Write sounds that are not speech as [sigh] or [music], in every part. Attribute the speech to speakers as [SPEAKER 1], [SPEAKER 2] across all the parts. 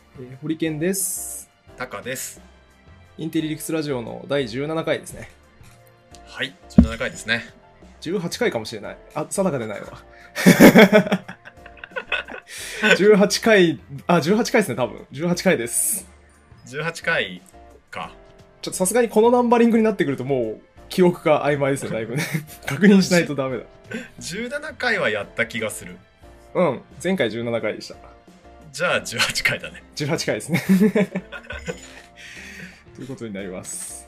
[SPEAKER 1] えー、堀健です。
[SPEAKER 2] タカです。
[SPEAKER 1] インテリリクスラジオの第17回ですね。
[SPEAKER 2] はい、17回ですね。
[SPEAKER 1] 18回かもしれない。あ、定かでないわ。18回、あ、18回ですね、多分。18回です。
[SPEAKER 2] 18回か。
[SPEAKER 1] ちょっとさすがにこのナンバリングになってくるともう記憶が曖昧
[SPEAKER 2] [laughs]
[SPEAKER 1] ですよ、だいぶね。確認しないとダメだ。
[SPEAKER 2] 17回はやった気がする。
[SPEAKER 1] うん、前回17回でした。
[SPEAKER 2] じゃあ18回だね。
[SPEAKER 1] 18回ですね。 [laughs] ということになります。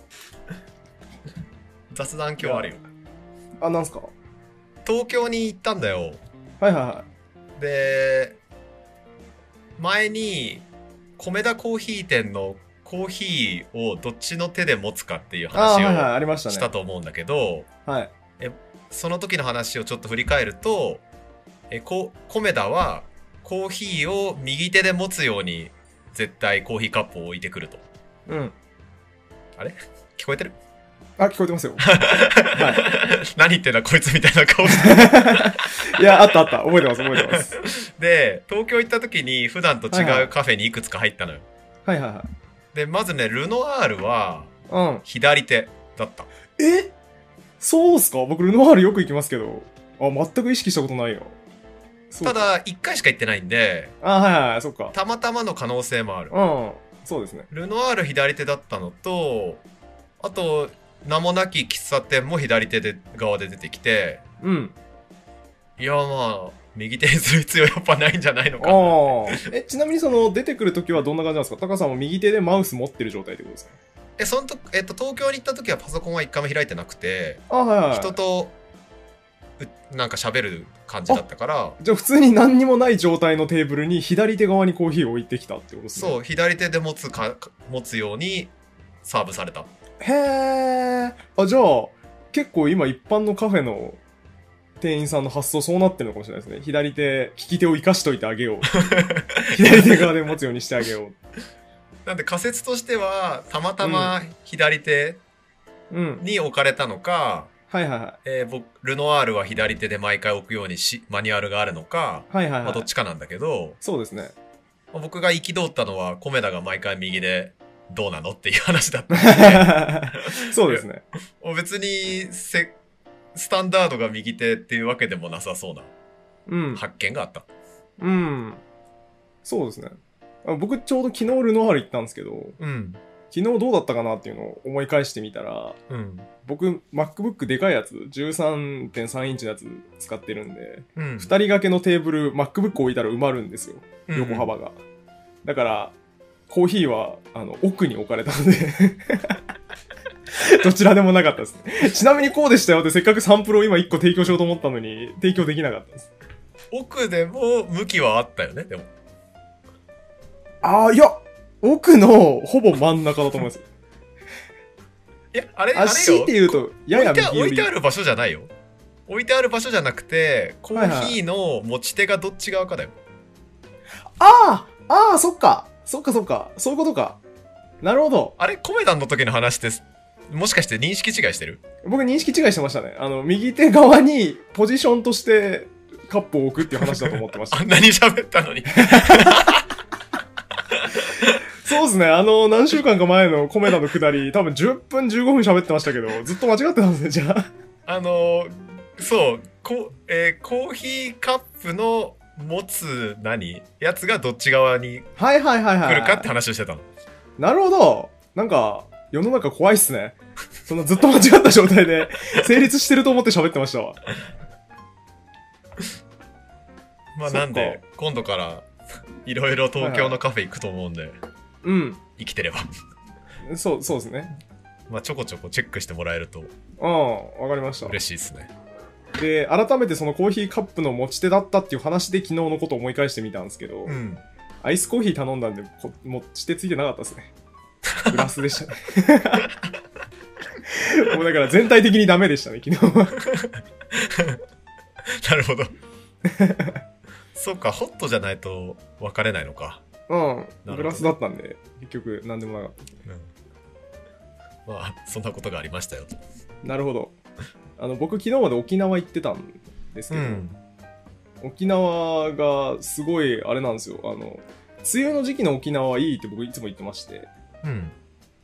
[SPEAKER 2] 雑談今日あるよ。
[SPEAKER 1] あ、なんすか
[SPEAKER 2] 東京に行ったんだよ。
[SPEAKER 1] はいはいは
[SPEAKER 2] で、前に、米田コーヒー店のコーヒーをどっちの手で持つかっていう
[SPEAKER 1] い。あー、
[SPEAKER 2] 話
[SPEAKER 1] はいはい、
[SPEAKER 2] を
[SPEAKER 1] ありました
[SPEAKER 2] した
[SPEAKER 1] ね。
[SPEAKER 2] と思うんだけど、
[SPEAKER 1] はい。
[SPEAKER 2] その時の話をちょっと振り返ると、えこ米田はコーヒーを右手で持つように絶対コーヒーカップを置いてくると。
[SPEAKER 1] うん。
[SPEAKER 2] 聞こえてる
[SPEAKER 1] あ、聞こえてますよ。はい。
[SPEAKER 2] [laughs] 何言ってんだこいつみたいな顔して。
[SPEAKER 1] いや、あったあった。覚えてます、覚えてます。
[SPEAKER 2] で、東京行った時に普段と
[SPEAKER 1] はいは
[SPEAKER 2] 違
[SPEAKER 1] いう
[SPEAKER 2] カフェにいくつか入ったのよ。
[SPEAKER 1] はいはいはい。
[SPEAKER 2] で、まずね、ルノアールは
[SPEAKER 1] うん。
[SPEAKER 2] 左手だった。
[SPEAKER 1] えそうっすか僕、ルノワールよく行きますけど。あ、全く意識したことないよ。そう
[SPEAKER 2] た、だ、1回しか行ってないんで、
[SPEAKER 1] あ、はいはいはい、そっか。
[SPEAKER 2] たまたまの可能性もある。
[SPEAKER 1] うん。そうですね。
[SPEAKER 2] ルノアール左手だったのと、あと、名もなき喫茶店も左手で側で出てきて、
[SPEAKER 1] うん。
[SPEAKER 2] いや、まあ、右手にする必要やっぱないんじゃないの
[SPEAKER 1] あ
[SPEAKER 2] か
[SPEAKER 1] あ
[SPEAKER 2] な。
[SPEAKER 1] ー。え、ちなみにその、出てくるときはどんな感じなんですかタカさんも右手でマウス持ってる状態ってことですか
[SPEAKER 2] え、そのと、えっと、東京に行った時はパソコンは一回も開いてなくて、
[SPEAKER 1] あ、はいはいはい。
[SPEAKER 2] 人とうなんか喋る感じだったから
[SPEAKER 1] じゃあ、普通に何にもない状態のテーブルに左手側にコーヒーを置いてきたってことですね。
[SPEAKER 2] そう左手で持つかか持つようにサーブされた
[SPEAKER 1] へえ。あ、じゃあ、結構今一般のカフェの店員さんの発想そうなってるのかもしれないですね。左手、利き手を生かしといてあげ
[SPEAKER 2] [laughs]
[SPEAKER 1] よう。左手側で持つようにしてあげよ
[SPEAKER 2] なんで仮説としてはたまたま左手
[SPEAKER 1] う。うん。
[SPEAKER 2] に置かれたのか、
[SPEAKER 1] はいはいは
[SPEAKER 2] えー僕ルノアールは左手で毎回置くようにしマニュアルがあるのか、
[SPEAKER 1] い。はいはい
[SPEAKER 2] ま
[SPEAKER 1] は
[SPEAKER 2] あ、どっ
[SPEAKER 1] い。
[SPEAKER 2] ちかなんだけど、
[SPEAKER 1] そうです
[SPEAKER 2] [laughs]
[SPEAKER 1] ね。
[SPEAKER 2] まあ僕が憤ったのはコメダが毎回右でどうなのっていう話だった [laughs]
[SPEAKER 1] そうですね。
[SPEAKER 2] もう別にせスタンダードが右手っていうわけでもなさそうな
[SPEAKER 1] うん。
[SPEAKER 2] 発見があった
[SPEAKER 1] うん。そうですね。あ僕ちょうど昨日ルノアール行ったんですけど、
[SPEAKER 2] うん
[SPEAKER 1] 昨日どうだったかなっていうのを思い返してみたら、
[SPEAKER 2] うん
[SPEAKER 1] 僕 MacBook でかいやつ、13.3インチのやつ使ってるんで、
[SPEAKER 2] うん
[SPEAKER 1] 二人掛けのテーブル MacBook 置いたら埋まるんですよ横
[SPEAKER 2] うん
[SPEAKER 1] 幅が、だからコーヒーはあの奥に置かれたので [laughs] どちらでもなかったですねちなみにこうでしたよってせっかくサンプルを今1個提供しようと思ったのに提供できなかったです
[SPEAKER 2] 奥でも向きはあったよねでも
[SPEAKER 1] ああいや奥のほぼ真ん中だと思い [laughs] ます
[SPEAKER 2] いやあれあれ
[SPEAKER 1] あ強い
[SPEAKER 2] よ
[SPEAKER 1] て言うとやや
[SPEAKER 2] 置い
[SPEAKER 1] 右
[SPEAKER 2] て
[SPEAKER 1] 寄
[SPEAKER 2] 置い
[SPEAKER 1] り
[SPEAKER 2] てある場所じゃないよ置いてある場所じゃなくてコーヒーの持ち手がどっち側かだよ、
[SPEAKER 1] あーあーそっかそっかそっかそういうことかなるほど
[SPEAKER 2] あれコメダンの時の話ですもしかして認識違いしてる
[SPEAKER 1] 僕認識違いしてましたね。あの、右手側にポジションとしてカップを置くっていう話だと思ってまし
[SPEAKER 2] [laughs] あ
[SPEAKER 1] た。
[SPEAKER 2] んなに喋ったのに [laughs]
[SPEAKER 1] そうですね。あの、何週間か前のコメダのくだり、多分10分15分喋ってましたけど、ずっと間違ってたんですね、じゃあ。
[SPEAKER 2] あのそうこ、えーコーヒーカップの持つ何やつがどっち側に
[SPEAKER 1] はいはいはいはい。
[SPEAKER 2] 来るかって話をしてたの、
[SPEAKER 1] なるほど。なんか、世の中怖いっすね。そんなずっと間違った状態で、成立してると思って喋ってましたわ。
[SPEAKER 2] ま
[SPEAKER 1] そ
[SPEAKER 2] あ
[SPEAKER 1] っか
[SPEAKER 2] なんで今度から [laughs] いろいろ東京のカフェ行くと思うんで
[SPEAKER 1] うん。
[SPEAKER 2] 生きてれば
[SPEAKER 1] そう、そうですね。
[SPEAKER 2] まあ、ちょこちょこチェックしてもらえると
[SPEAKER 1] うん、わかりました。
[SPEAKER 2] 嬉しいですね。
[SPEAKER 1] で、改めてそのコーヒーカップの持ち手だったっていう話で昨日のことを思い返してみたんですけど、
[SPEAKER 2] ん。
[SPEAKER 1] アイスコーヒー頼んだんで、こ持ち手ついてなかったですね。 [laughs] グラスでしたね。 [laughs] もうだから全体的にダメでしたね、昨日は。
[SPEAKER 2] [laughs] なるほど。 [laughs] そうか、ホットじゃないと分かれないのか。
[SPEAKER 1] う
[SPEAKER 2] ど
[SPEAKER 1] ん。
[SPEAKER 2] ね
[SPEAKER 1] グラスだったんで、結局何でもなかっ
[SPEAKER 2] うん。まあ、そんなことがありましたよ。
[SPEAKER 1] た。なるほど。あの、僕昨日まで沖縄行ってたんですけど、。沖縄がすごいあれなんですよ。あの、梅雨の時期の沖縄はいいって僕いつも言ってまして、
[SPEAKER 2] うん。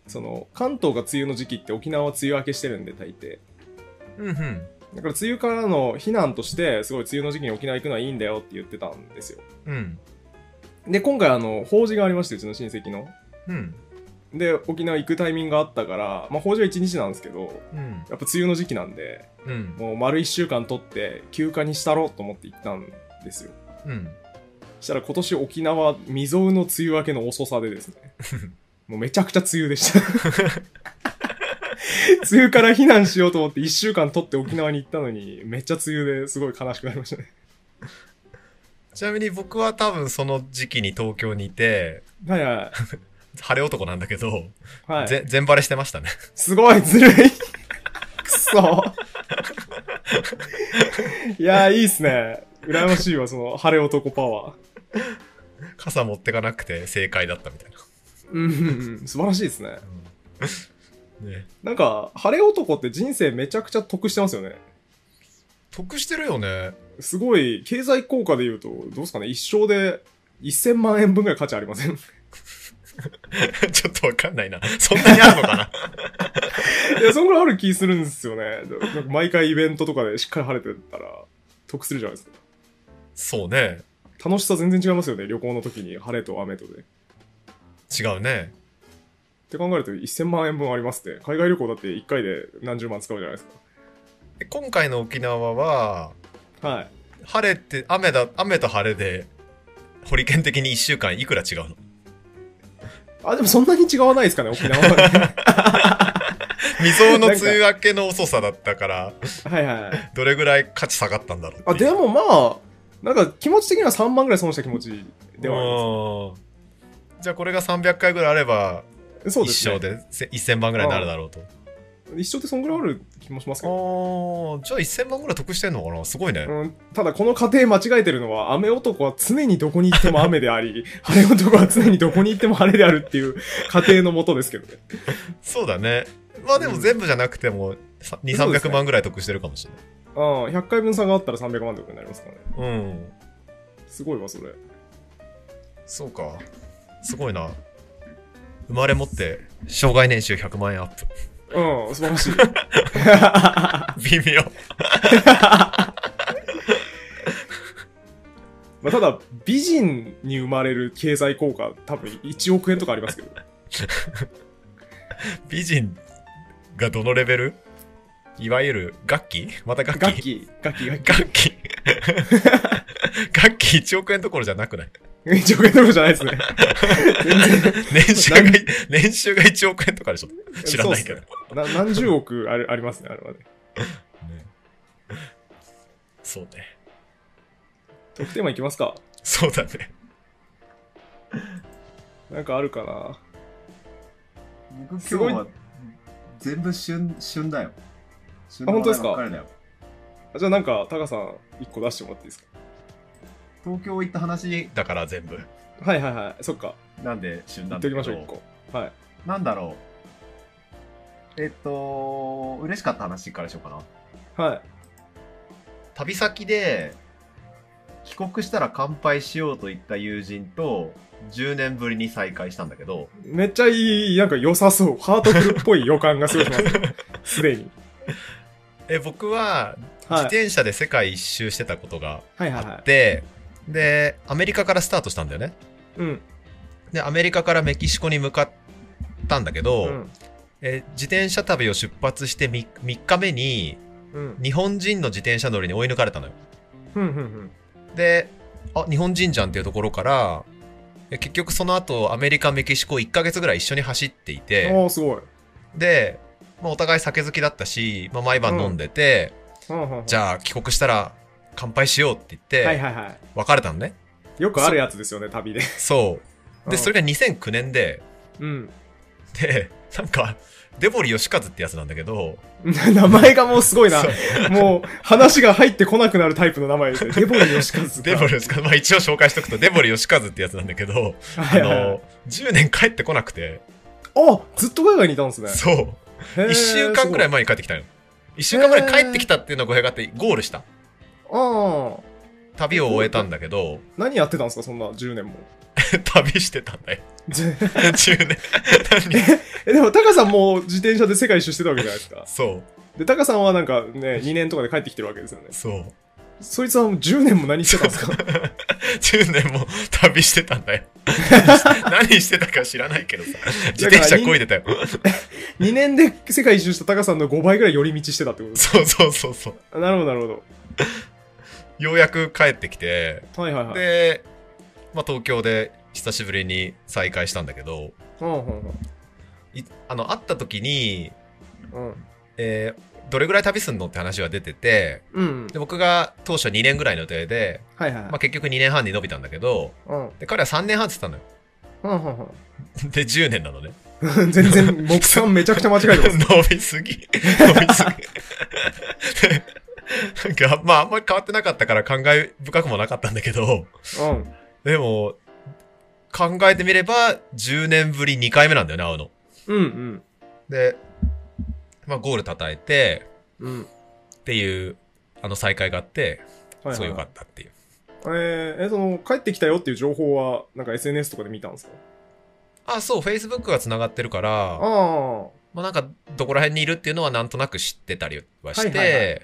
[SPEAKER 1] その、関東が梅雨の時期って沖縄は梅雨明けしてるんで、大抵。
[SPEAKER 2] うんうん。
[SPEAKER 1] だから梅雨からの避難として、すごい梅雨の時期に沖縄行くのはいいんだよって言ってたんですよ。
[SPEAKER 2] うん。
[SPEAKER 1] で、今回あの、法事がありまして、うちの親戚の。
[SPEAKER 2] うん。
[SPEAKER 1] で、沖縄行くタイミングがあったから、まあ法事は1日なんですけど、
[SPEAKER 2] うん。
[SPEAKER 1] やっぱ梅雨の時期なんで、
[SPEAKER 2] うん。
[SPEAKER 1] もう丸1週間取って休暇にしたろうと思って行ったんですよ。
[SPEAKER 2] うん。
[SPEAKER 1] したら今年沖縄未曾有の梅雨明けの遅さでですね。もうめちゃくちゃ梅雨でした。梅雨から避難しようと思って1週間取って沖縄に行ったのに、めっちゃ梅雨ですごい悲しくなりましたね。
[SPEAKER 2] ちなみに僕は多分その時期に東京にいて、
[SPEAKER 1] はいはい。
[SPEAKER 2] 晴れ男なんだけど、
[SPEAKER 1] はい。
[SPEAKER 2] ぜ全バレしてましたね。 [laughs]
[SPEAKER 1] すごいずるい。 [laughs] くそ。いやーいいっすね。羨ましいわ、その晴れ男パワー。
[SPEAKER 2] 傘持ってかなくて正解だったみたいな。
[SPEAKER 1] うんうんうん、素晴らしいですね。
[SPEAKER 2] [laughs] ね。
[SPEAKER 1] なんか、晴れ男って人生めちゃくちゃ得してますよね。
[SPEAKER 2] 得してるよね。
[SPEAKER 1] すごい、経済効果で言うと、どうですかね、一生で1000万円分ぐらい価値ありませんい
[SPEAKER 2] [laughs] ちょっとわかんないな。そんなにあるのかな
[SPEAKER 1] や、そんぐらいある気するんですよね。なんか毎回イベントとかでしっかり晴れてたら、得するじゃないですか。
[SPEAKER 2] そうね。
[SPEAKER 1] 楽しさ全然違いますよね、旅行の時に晴れと雨とで。っ
[SPEAKER 2] 違うね。
[SPEAKER 1] て考えると1000万円分ありますって。海外旅行だって1回で何十万使うじゃないです
[SPEAKER 2] で今回の沖縄は、
[SPEAKER 1] か。はい。
[SPEAKER 2] 晴れって、雨だ、雨と晴れで、ホリケン的に1週間いくら
[SPEAKER 1] [laughs]
[SPEAKER 2] 違うの
[SPEAKER 1] あ、でもそんなに違わないですかね、沖縄は、 [laughs] ね。
[SPEAKER 2] 未曾有の梅雨明けの遅さだったから、
[SPEAKER 1] はいはい。
[SPEAKER 2] どれぐらい価値下がったんだろうってい
[SPEAKER 1] あ
[SPEAKER 2] う
[SPEAKER 1] でもまあなんか気持ち的には3万ぐらい損した気持ちではありま
[SPEAKER 2] うんじゃあこれが300回ぐらいあれば、
[SPEAKER 1] すそう
[SPEAKER 2] 一
[SPEAKER 1] です、
[SPEAKER 2] 生
[SPEAKER 1] ね、
[SPEAKER 2] でせ1000万ぐらいになるだろうと。
[SPEAKER 1] 一生ってそんぐらいある気もしますけど、
[SPEAKER 2] ああ、じゃあ1000万ぐらい得してんのかなすごいね。
[SPEAKER 1] うん、ただこの過程間違えてるのは雨男は常にどこに行っても雨であり [laughs] 晴れ男は常にどこに行っても晴れであるって [laughs] いう過程のもとですけどね
[SPEAKER 2] そうだね。まあでも全部じゃなくても、さ2、
[SPEAKER 1] そうです
[SPEAKER 2] 300
[SPEAKER 1] ね
[SPEAKER 2] 万ぐらい得してるかもし
[SPEAKER 1] うん100回分差があったら300万とかになりますからね
[SPEAKER 2] れない。うん。
[SPEAKER 1] すごいわそれ
[SPEAKER 2] そうか。すごいな。生まれ持って、障害年収100万円アップ。
[SPEAKER 1] うん素晴らしい
[SPEAKER 2] 微妙。
[SPEAKER 1] まあただ美人に生まれる経済効果多分1億円とかありますけど
[SPEAKER 2] 美人がどのレベルいわゆる楽器また楽器
[SPEAKER 1] 楽器楽器楽器
[SPEAKER 2] 楽器楽器1億円どころじゃなくない
[SPEAKER 1] 1億円どころじゃないですね。
[SPEAKER 2] 年収が、年収が1億円とかでしょ知らないけど、
[SPEAKER 1] そうっすね。な何十億あるありますね、あれはね。
[SPEAKER 2] ねそうね。
[SPEAKER 1] 特定マンいきますか。
[SPEAKER 2] そうだね。
[SPEAKER 1] なんかあるかな。
[SPEAKER 3] 僕
[SPEAKER 1] すご
[SPEAKER 3] 今
[SPEAKER 1] い
[SPEAKER 3] 日は全部旬旬だよ。旬
[SPEAKER 1] あ本当ですか
[SPEAKER 3] の話ばっりだよ
[SPEAKER 1] あじゃあなんか、タカさん、一個出してもらっていいです
[SPEAKER 3] 東京行った話
[SPEAKER 2] だから全部。
[SPEAKER 1] か。はいはいはい。そっか。
[SPEAKER 3] なんで旬
[SPEAKER 1] 言
[SPEAKER 3] な
[SPEAKER 1] っ
[SPEAKER 3] ん
[SPEAKER 1] て
[SPEAKER 3] だ
[SPEAKER 1] おき
[SPEAKER 3] け
[SPEAKER 1] ましょう、一
[SPEAKER 3] ど、
[SPEAKER 1] 個。はい。
[SPEAKER 3] なんだろう。えっと、嬉しかった話からしようかな。
[SPEAKER 1] はい。
[SPEAKER 3] 旅先で、帰国したら乾杯しようと言った友人と、10年ぶりに再会したんだけど、
[SPEAKER 1] めっちゃいい、なんか良さそう。ハートフルっぽい予感がすごいします、ね。すでに。
[SPEAKER 2] え、僕は、自
[SPEAKER 1] はい。
[SPEAKER 2] 転車で世界一周してたことが
[SPEAKER 1] はいはい
[SPEAKER 2] あ
[SPEAKER 1] は
[SPEAKER 2] っ
[SPEAKER 1] い。
[SPEAKER 2] て、で、アメリカからスタートしたんだよね。
[SPEAKER 1] うん。
[SPEAKER 2] で、アメリカからメキシコに向かったんだけど、
[SPEAKER 1] うん。
[SPEAKER 2] え自転車旅を出発して 3, 日目に、
[SPEAKER 1] うん。
[SPEAKER 2] 日本人の自転車乗りに追い抜かれたのよ。
[SPEAKER 1] うん。うん。
[SPEAKER 2] で、あ、日本人じゃんっていうところから、え結局その後アメリカ、メキシコ1ヶ月ぐらい一緒に走ってい
[SPEAKER 1] うん。
[SPEAKER 2] て、
[SPEAKER 1] おー、すごい。
[SPEAKER 2] で、まあ、お互い酒好きだったし、まあ、毎晩飲んでて、じ
[SPEAKER 1] ゃ
[SPEAKER 2] ゃあ帰国したら乾杯しようって言っ
[SPEAKER 1] はい
[SPEAKER 2] て、
[SPEAKER 1] はいは
[SPEAKER 2] 別れたのね。
[SPEAKER 1] い。よくあるやつですよね、旅で。
[SPEAKER 2] そう。で、それが2009年で、
[SPEAKER 1] うん。 [laughs]
[SPEAKER 2] で、なんか、デボリヨシカズってやつなんだけど、
[SPEAKER 1] 名前がもうすごいな
[SPEAKER 2] そう。
[SPEAKER 1] もう話が入ってこなくなるタイプの名前ですね。デボリヨシカズか。
[SPEAKER 2] [laughs] デボリヨシカズ、まあ一応紹介しとくと、デボリヨシカズってやつなんだけど、あ
[SPEAKER 1] はいはいはい
[SPEAKER 2] の、10年帰ってこなくて、
[SPEAKER 1] あずっと海外にいたんですね。
[SPEAKER 2] そう。
[SPEAKER 1] へー
[SPEAKER 2] 1週間くらい。前に帰ってきたよ。1週間くらい帰ってきたっていうのは語弊があって、ゴールした。
[SPEAKER 1] すごいあ
[SPEAKER 2] 旅を終えたんだけど、 [laughs]
[SPEAKER 1] 何やってたんですかそんな10年も [laughs]
[SPEAKER 2] 旅してたんだよ。10年。
[SPEAKER 1] えでもタカさんも自転車で世界一周してたわけじゃないです
[SPEAKER 2] [laughs]
[SPEAKER 1] か
[SPEAKER 2] 何そう、
[SPEAKER 1] でタカさんはなんかね2年とかで帰ってきてるわけですよね
[SPEAKER 2] そう。
[SPEAKER 1] そいつはもう10年も何してたんですか
[SPEAKER 2] 10年も旅してたんだよ。 [laughs] 何して何してたか知らないけどさ。自転車こいでたよ。
[SPEAKER 1] 2年で世界一周したタカさんの5倍ぐらい寄り道してたってことです
[SPEAKER 2] そうそうそうそう。
[SPEAKER 1] なるほどなるほ
[SPEAKER 2] ようやく帰ってきて、
[SPEAKER 1] どはいはいはい
[SPEAKER 2] で、まあ、東京で久しぶりに再会したんだけど、
[SPEAKER 1] うんうん
[SPEAKER 2] いあの、会った時に、
[SPEAKER 1] うんうん
[SPEAKER 2] えーどれぐらい旅すんのって話は出てて、
[SPEAKER 1] うん
[SPEAKER 2] で、僕が当初2年ぐらいの予定で、
[SPEAKER 1] はいはい
[SPEAKER 2] まあ、結局2年半に伸びたんだけど、
[SPEAKER 1] うん
[SPEAKER 2] で、彼は3年半って言ったのよ。
[SPEAKER 1] うんうん
[SPEAKER 2] [laughs] で、10年なのね。
[SPEAKER 1] うん [laughs] 全然目算めちゃくちゃ間違えてます
[SPEAKER 2] [laughs] 伸びすぎ。伸びすぎ。なんか、まあ、あんまり変わってなかったから考え深くもなかったんだけど、
[SPEAKER 1] うん
[SPEAKER 2] でも、考えてみれば、10年ぶり2回目なんだよ [laughs] ね、会うの。
[SPEAKER 1] うん
[SPEAKER 2] で、まあ、ゴール叩いて、
[SPEAKER 1] うんうん
[SPEAKER 2] っていう、あの、再会があって、
[SPEAKER 1] はい
[SPEAKER 2] す
[SPEAKER 1] は
[SPEAKER 2] ごい
[SPEAKER 1] い
[SPEAKER 2] 良
[SPEAKER 1] は
[SPEAKER 2] か
[SPEAKER 1] い
[SPEAKER 2] ったっていう。
[SPEAKER 1] えーえその帰ってきたよっていう情報はなんか SNS とかで見たんですか
[SPEAKER 2] あ、そう、Facebook が繋がってるから、
[SPEAKER 1] あ
[SPEAKER 2] まあ、なんか、どこら辺にいるっていうのはなんとなく知ってたりはして、
[SPEAKER 1] はいはい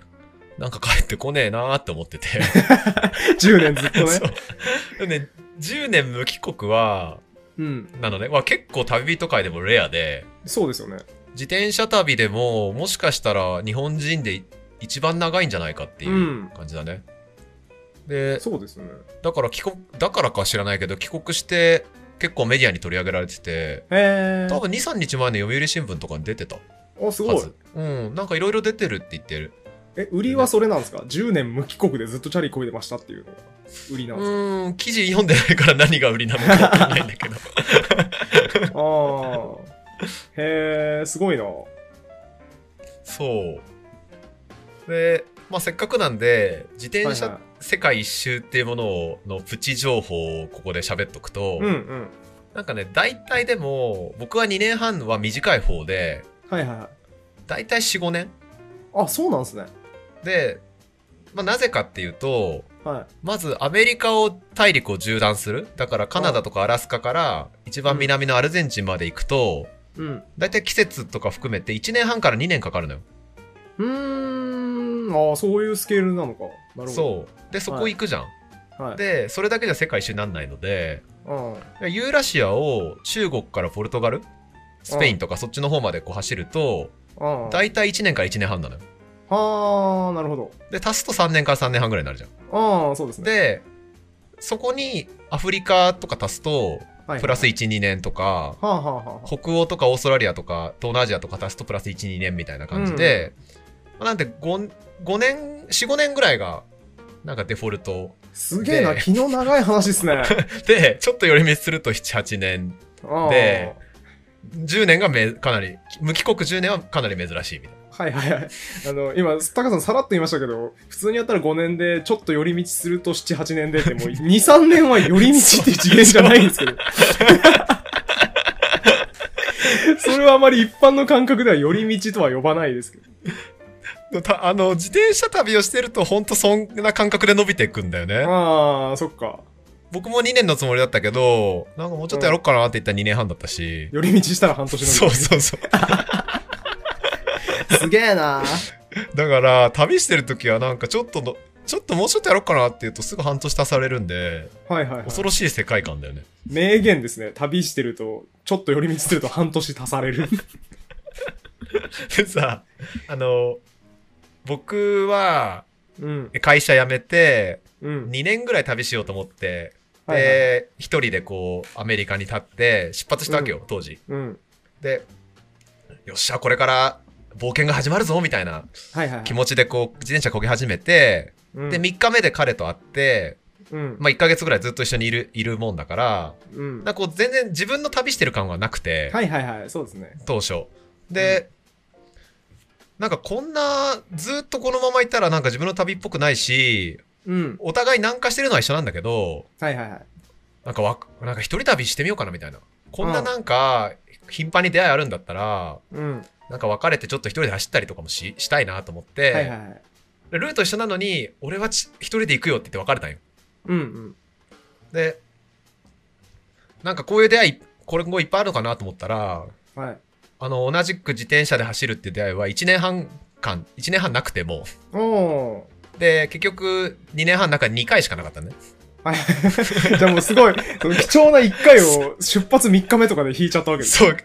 [SPEAKER 2] なんか帰ってこねえなーって思って [laughs] て。
[SPEAKER 1] [laughs] あ10年ずっとね
[SPEAKER 2] [laughs] そうでもね、10年無帰国は、
[SPEAKER 1] うん
[SPEAKER 2] なのね、は結構旅人界でもレアで、
[SPEAKER 1] そうですよね
[SPEAKER 2] 自転車旅でも、もしかしたら日本人で一番長いんじゃないかっていううん感じだね。で、
[SPEAKER 1] そうですよね
[SPEAKER 2] だから帰国、だからか知らないけど、帰国して結構メディアに取り上げられてて、
[SPEAKER 1] へえ
[SPEAKER 2] 多分2、3日前の読売新聞とかに出てたは
[SPEAKER 1] あすごい
[SPEAKER 2] ず。うん、なんかいろいろ出てるって言ってる。
[SPEAKER 1] え売りはそれなんですか10年無帰国でずっとチャリこいでましたっていうのが売りな
[SPEAKER 2] うん
[SPEAKER 1] です
[SPEAKER 2] ーん、記事読んでないから何が売りなのかわかんないんだ [laughs] けど。
[SPEAKER 1] か、ああへえすごいな
[SPEAKER 2] そう。で、まあ、せっかくなんで、自転
[SPEAKER 1] はいは
[SPEAKER 2] 車
[SPEAKER 1] い
[SPEAKER 2] 世界一周っていうものを、のプチ情報をここで喋っとくと、
[SPEAKER 1] うんうん
[SPEAKER 2] なんかね、大体でも、僕は2年半は短い方で、
[SPEAKER 1] はいはいはい
[SPEAKER 2] 大体4、5年
[SPEAKER 1] あそうなんですね
[SPEAKER 2] で、まあ、なぜかっていうと、
[SPEAKER 1] は
[SPEAKER 2] まずアメリカを大陸を縦断する。だからカナダとかアラスカから一番南のアルゼンチンまで行くと、
[SPEAKER 1] いうん
[SPEAKER 2] 大体季節とか含めて1年半から2年かかるのよ。
[SPEAKER 1] うーんああそういうスケールなのかなるほど
[SPEAKER 2] そう。で、そこ行くじゃん。
[SPEAKER 1] うはい
[SPEAKER 2] で、それだけじゃ世界一周になんないので、
[SPEAKER 1] うん
[SPEAKER 2] ユーラシアを中国からポルトガル、スペインとかそっちの方までこう走ると、
[SPEAKER 1] うん
[SPEAKER 2] 大体1年から1年半なのよ。
[SPEAKER 1] はあなるほど
[SPEAKER 2] で、足すと3年から3年半ぐらいになるじゃん。
[SPEAKER 1] ああそうですね
[SPEAKER 2] で、そこにアフリカとか足すと、
[SPEAKER 1] はい
[SPEAKER 2] プラス1、2年とか、
[SPEAKER 1] はあはあはあはあ
[SPEAKER 2] 北欧とかオーストラリアとか東南アジアとか足すとプラス1、2年みたいな感じで、まあなんで 5, 5年、4、5年ぐらいが、なんかデフォルト。
[SPEAKER 1] すげえな
[SPEAKER 2] で
[SPEAKER 1] 気の長い話っす
[SPEAKER 2] [laughs]
[SPEAKER 1] ね
[SPEAKER 2] で、ちょっと寄り道すると7、8年。
[SPEAKER 1] うん
[SPEAKER 2] で10年がめかなり、無帰国10年はかなり珍しいみたいな。
[SPEAKER 1] はいはいはい。あの、今、タカさんさらっと言いましたけど、普通にやったら5年で、ちょっと寄り道すると7、8年でって、
[SPEAKER 2] [laughs]
[SPEAKER 1] もう2、3年は寄り道っていう次元じゃないんですけど。それはあまり一般の感覚では寄り道とは呼ばないですけど。
[SPEAKER 2] たあの、自転車旅をしてると、ほんとそんな感覚で伸びていくんだよね。
[SPEAKER 1] ああ、そっか。
[SPEAKER 2] 僕も2年のつもりだったけど、なんかもうちょっとやろうかなって言ったら2年半だったし。
[SPEAKER 1] 寄り道したら半年の。
[SPEAKER 2] そうそうそう。
[SPEAKER 1] う。すげえな
[SPEAKER 2] だから、旅してる時はなんかちょっとの、ちょっともうちょっとやろうかなって言うとすぐ半年足されるんで、
[SPEAKER 1] はいはい、はい。
[SPEAKER 2] 恐ろしい世界観だよね。 [laughs]
[SPEAKER 1] 名言ですね。旅してると、ちょっと寄り道すると半年足される。
[SPEAKER 2] でさ、あの、僕は
[SPEAKER 1] うん。
[SPEAKER 2] 会社辞めて、
[SPEAKER 1] うん。
[SPEAKER 2] 2年ぐらい旅しようと思って、
[SPEAKER 1] はいはいはい
[SPEAKER 2] で、一人でこう、アメリカに立って、出発したわけよ、当時。
[SPEAKER 1] うん。
[SPEAKER 2] で、よっしゃ、これから冒険が始まるぞ、みたいな
[SPEAKER 1] はいはい、はい。
[SPEAKER 2] 気持ちでこう、自転車こぎ始めて、
[SPEAKER 1] うん、
[SPEAKER 2] で、3日目で彼と会って、
[SPEAKER 1] うん。
[SPEAKER 2] まあ1ヶ月ぐらいずっと一緒にいる、いるもんだから、
[SPEAKER 1] うん。
[SPEAKER 2] なんかこう全然自分の旅してる感はなくて、
[SPEAKER 1] はいはいはい。そうですね。
[SPEAKER 2] 当初。で、なんかこんな、ずっとこのままいたらなんか自分の旅っぽくないし、
[SPEAKER 1] うん。
[SPEAKER 2] お互い南下してるのは一緒なんだけど、
[SPEAKER 1] はいはいはい。
[SPEAKER 2] なんかわか、なんか一人旅してみようかなみたいな。こんななんか、頻繁に出会いあるんだったら、
[SPEAKER 1] うん。
[SPEAKER 2] なんか別れてちょっと一人で走ったりとかもししたいなと思って、
[SPEAKER 1] はいはいはい。
[SPEAKER 2] でルート一緒なのに、俺はち一人で行くよって言って別れたんよ。
[SPEAKER 1] うんうん。
[SPEAKER 2] で、なんかこういう出会い、これもいっぱいあるのかなと思ったら、
[SPEAKER 1] はい。
[SPEAKER 2] あの、同じく自転車で走るっていう出会いは1年半間、1年半なくても、
[SPEAKER 1] おお
[SPEAKER 2] で、結局2年半の中に2回しかなかったね。
[SPEAKER 1] ー。はい。じ [laughs] ゃあもうすごい、その貴重な1回を出発3日目とかで引いちゃったわけです。
[SPEAKER 2] そう、き